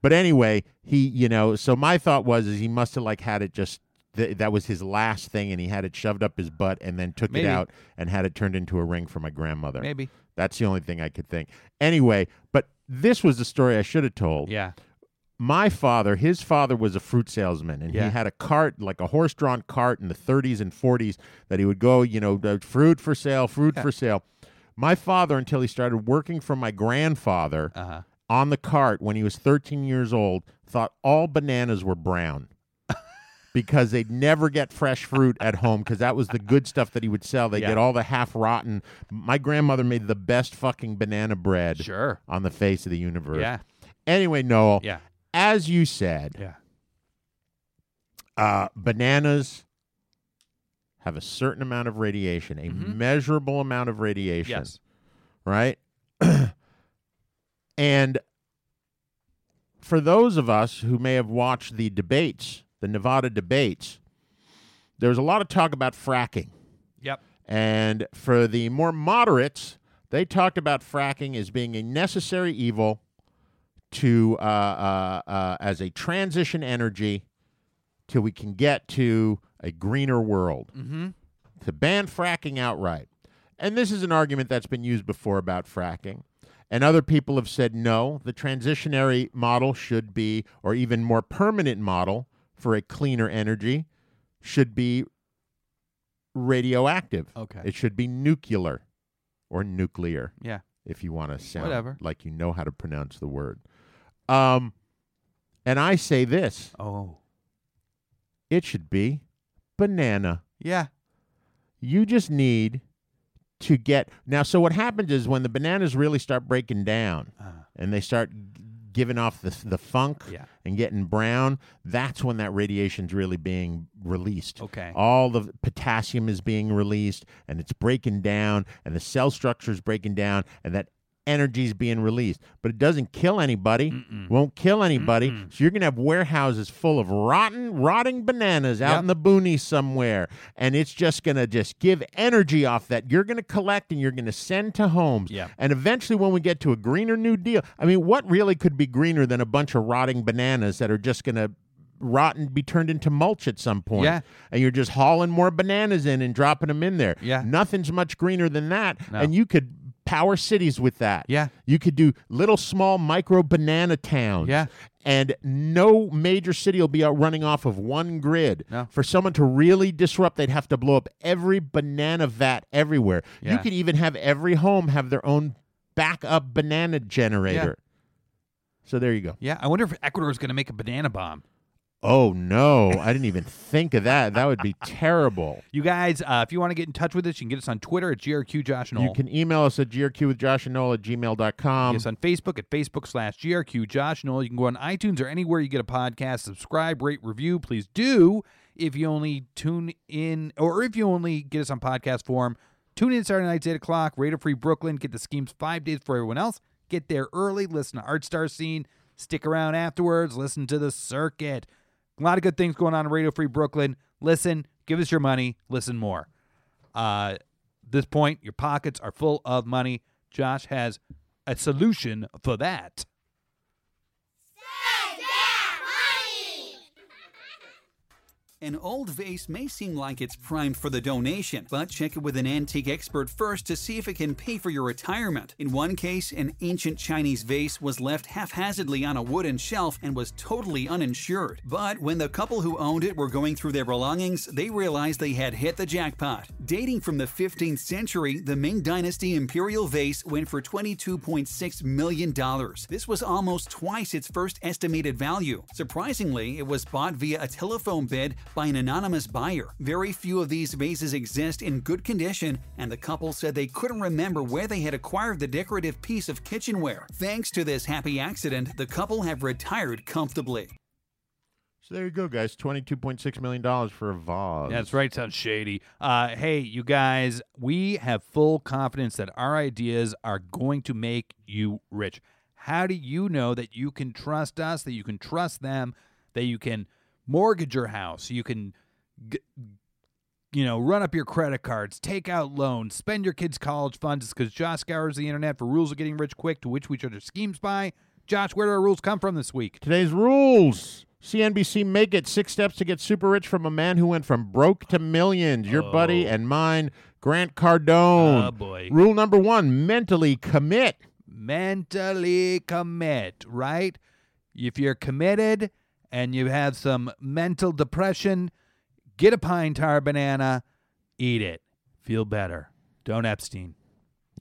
[SPEAKER 5] But anyway, he, you know, so my thought was is he must have like had it just th- that was his last thing and he had it shoved up his butt and then took
[SPEAKER 6] Maybe.
[SPEAKER 5] it out and had it turned into a ring for my grandmother.
[SPEAKER 6] Maybe.
[SPEAKER 5] That's the only thing I could think. Anyway, but this was the story I should have told
[SPEAKER 6] Yeah.
[SPEAKER 5] my father, his father was a fruit salesman, and
[SPEAKER 6] Yeah.
[SPEAKER 5] he had a cart, like a horse-drawn cart, in the 30s and 40s that he would go, you know, the fruit for sale, fruit for sale. My father, until he started working for my grandfather
[SPEAKER 6] Uh huh.
[SPEAKER 5] on the cart when he was 13 years old, thought all bananas were brown because they'd never get fresh fruit at home because that was the good stuff that he would sell. They
[SPEAKER 6] Yeah.
[SPEAKER 5] get all the half rotten. My grandmother made the best fucking banana bread
[SPEAKER 6] Sure.
[SPEAKER 5] on the face of the universe.
[SPEAKER 6] Yeah.
[SPEAKER 5] Anyway, Noel
[SPEAKER 6] Yeah.
[SPEAKER 5] as you said,
[SPEAKER 6] Yeah.
[SPEAKER 5] uh, bananas have a certain amount of radiation, a measurable amount of radiation,
[SPEAKER 6] Yes.
[SPEAKER 5] right? and for those of us who may have watched the debates, the Nevada debates, there was a lot of talk about fracking.
[SPEAKER 6] Yep.
[SPEAKER 5] And for the more moderates, they talked about fracking as being a necessary evil to uh, uh, uh, as a transition energy till we can get to a greener world. Mm-hmm. To ban fracking outright. And this is an argument that's been used before about fracking. And other people have said no, the transitionary model should be, or even more permanent model for a cleaner energy, should be radioactive.
[SPEAKER 6] Okay.
[SPEAKER 5] It should be nuclear or nuclear,
[SPEAKER 6] Yeah.
[SPEAKER 5] if you want to sound
[SPEAKER 6] Whatever.
[SPEAKER 5] like you know how to pronounce the word. Um, and I say this
[SPEAKER 6] Oh.
[SPEAKER 5] it should be banana.
[SPEAKER 6] Yeah.
[SPEAKER 5] You just need to get now. So what happens is when the bananas really start breaking down and they start g- giving off the the funk
[SPEAKER 6] Uh-huh. Yeah.
[SPEAKER 5] and getting brown, that's when that radiation's really being released.
[SPEAKER 6] Okay.
[SPEAKER 5] all the potassium is being released and it's breaking down and the cell structure is breaking down and that energy is being released but it doesn't kill anybody won't kill anybody so you're gonna have warehouses full of rotten rotting bananas out in the boonies somewhere and it's just gonna just give energy off that you're gonna collect and you're gonna send to homes
[SPEAKER 6] Yep.
[SPEAKER 5] and eventually when we get to a greener new deal i mean what really could be greener than a bunch of rotting bananas that are just gonna rot and be turned into mulch at some point
[SPEAKER 6] Yeah.
[SPEAKER 5] and you're just hauling more bananas in and dropping them in there.
[SPEAKER 6] Yeah.
[SPEAKER 5] Nothing's much greener than that.
[SPEAKER 6] No.
[SPEAKER 5] And you could power cities with that.
[SPEAKER 6] Yeah.
[SPEAKER 5] You could do little small micro banana towns.
[SPEAKER 6] Yeah.
[SPEAKER 5] And no major city will be out running off of one grid.
[SPEAKER 6] No.
[SPEAKER 5] For someone to really disrupt, they'd have to blow up every banana vat everywhere. You
[SPEAKER 6] Yeah.
[SPEAKER 5] could even have every home have their own backup banana generator. So there you go.
[SPEAKER 6] Yeah, I wonder if Ecuador is going to make a banana bomb.
[SPEAKER 5] Oh no, I didn't even think of that. That would be terrible.
[SPEAKER 6] You guys, uh, if you want to get in touch with us, you can get us on Twitter at grq Josh and
[SPEAKER 5] You can um, email us at grq with Josh and Noel at gmail.com.
[SPEAKER 6] Yes, on Facebook at Facebook slash GRQ Josh Noel. You can go on iTunes or anywhere you get a podcast. Subscribe, rate, review. Please do. If you only tune in, or if you only get us on podcast form, tune in Saturday nights, 8 o'clock, Raider Free Brooklyn. Get the schemes five days for everyone else. Get there early. Listen to Art Star Scene. Stick around afterwards. Listen to the circuit. A lot of good things going on in Radio Free Brooklyn. Listen, give us your money. Listen more. Uh, this point, your pockets are full of money. Josh has a solution for that.
[SPEAKER 9] An old vase may seem like it's primed for the donation, but check it with an antique expert first to see if it can pay for your retirement. In one case, an ancient Chinese vase was left haphazardly on a wooden shelf and was totally uninsured. But when the couple who owned it were going through their belongings, they realized they had hit the jackpot. Dating from the 15th century, the Ming Dynasty imperial vase went for $22.6 million. This was almost twice its first estimated value. Surprisingly, it was bought via a telephone bid by an anonymous buyer. Very few of these vases exist in good condition, and the couple said they couldn't remember where they had acquired the decorative piece of kitchenware. Thanks to this happy accident, the couple have retired comfortably.
[SPEAKER 5] So there you go, guys. $22.6 million for a vase.
[SPEAKER 6] That's right, sounds shady. Uh, hey, you guys, we have full confidence that our ideas are going to make you rich. How do you know that you can trust us, that you can trust them, that you can mortgage your house, you can you know, run up your credit cards, take out loans, spend your kids' college funds. It's because Josh scours the internet for rules of getting rich quick, to which we judge our schemes by. Josh, where do our rules come from this week?
[SPEAKER 5] Today's rules. CNBC Make It Six Steps to Get Super Rich from a Man Who Went From Broke to Millions. Your buddy and mine, Grant Cardone.
[SPEAKER 6] Oh, boy.
[SPEAKER 5] Rule number one mentally commit.
[SPEAKER 6] mentally commit, right? If you're committed and you have some mental depression, get a pine tar banana, eat it, feel better. Don't Epstein.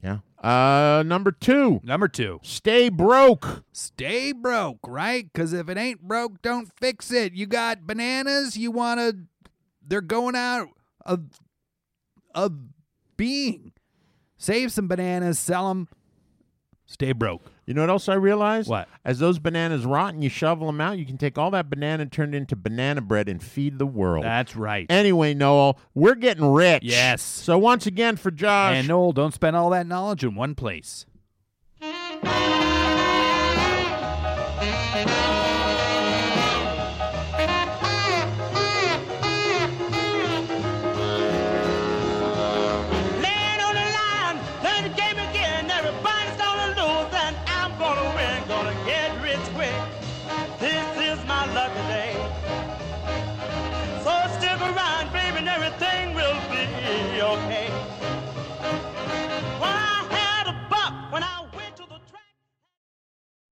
[SPEAKER 5] Yeah. Uh, number two,
[SPEAKER 6] Number two,
[SPEAKER 5] stay broke.
[SPEAKER 6] stay broke, right? Because if it ain't broke, don't fix it. You got bananas, you want to, they're going out of, of being. Save some bananas, sell them, stay broke.
[SPEAKER 5] You know what else I realized?
[SPEAKER 6] What?
[SPEAKER 5] As those bananas rot and you shovel them out, you can take all that banana and turn it into banana bread and feed the world.
[SPEAKER 6] That's right.
[SPEAKER 5] Anyway, Noel, we're getting rich.
[SPEAKER 6] Yes.
[SPEAKER 5] So once again for Josh.
[SPEAKER 6] And Noel, don't spend all that knowledge in one place.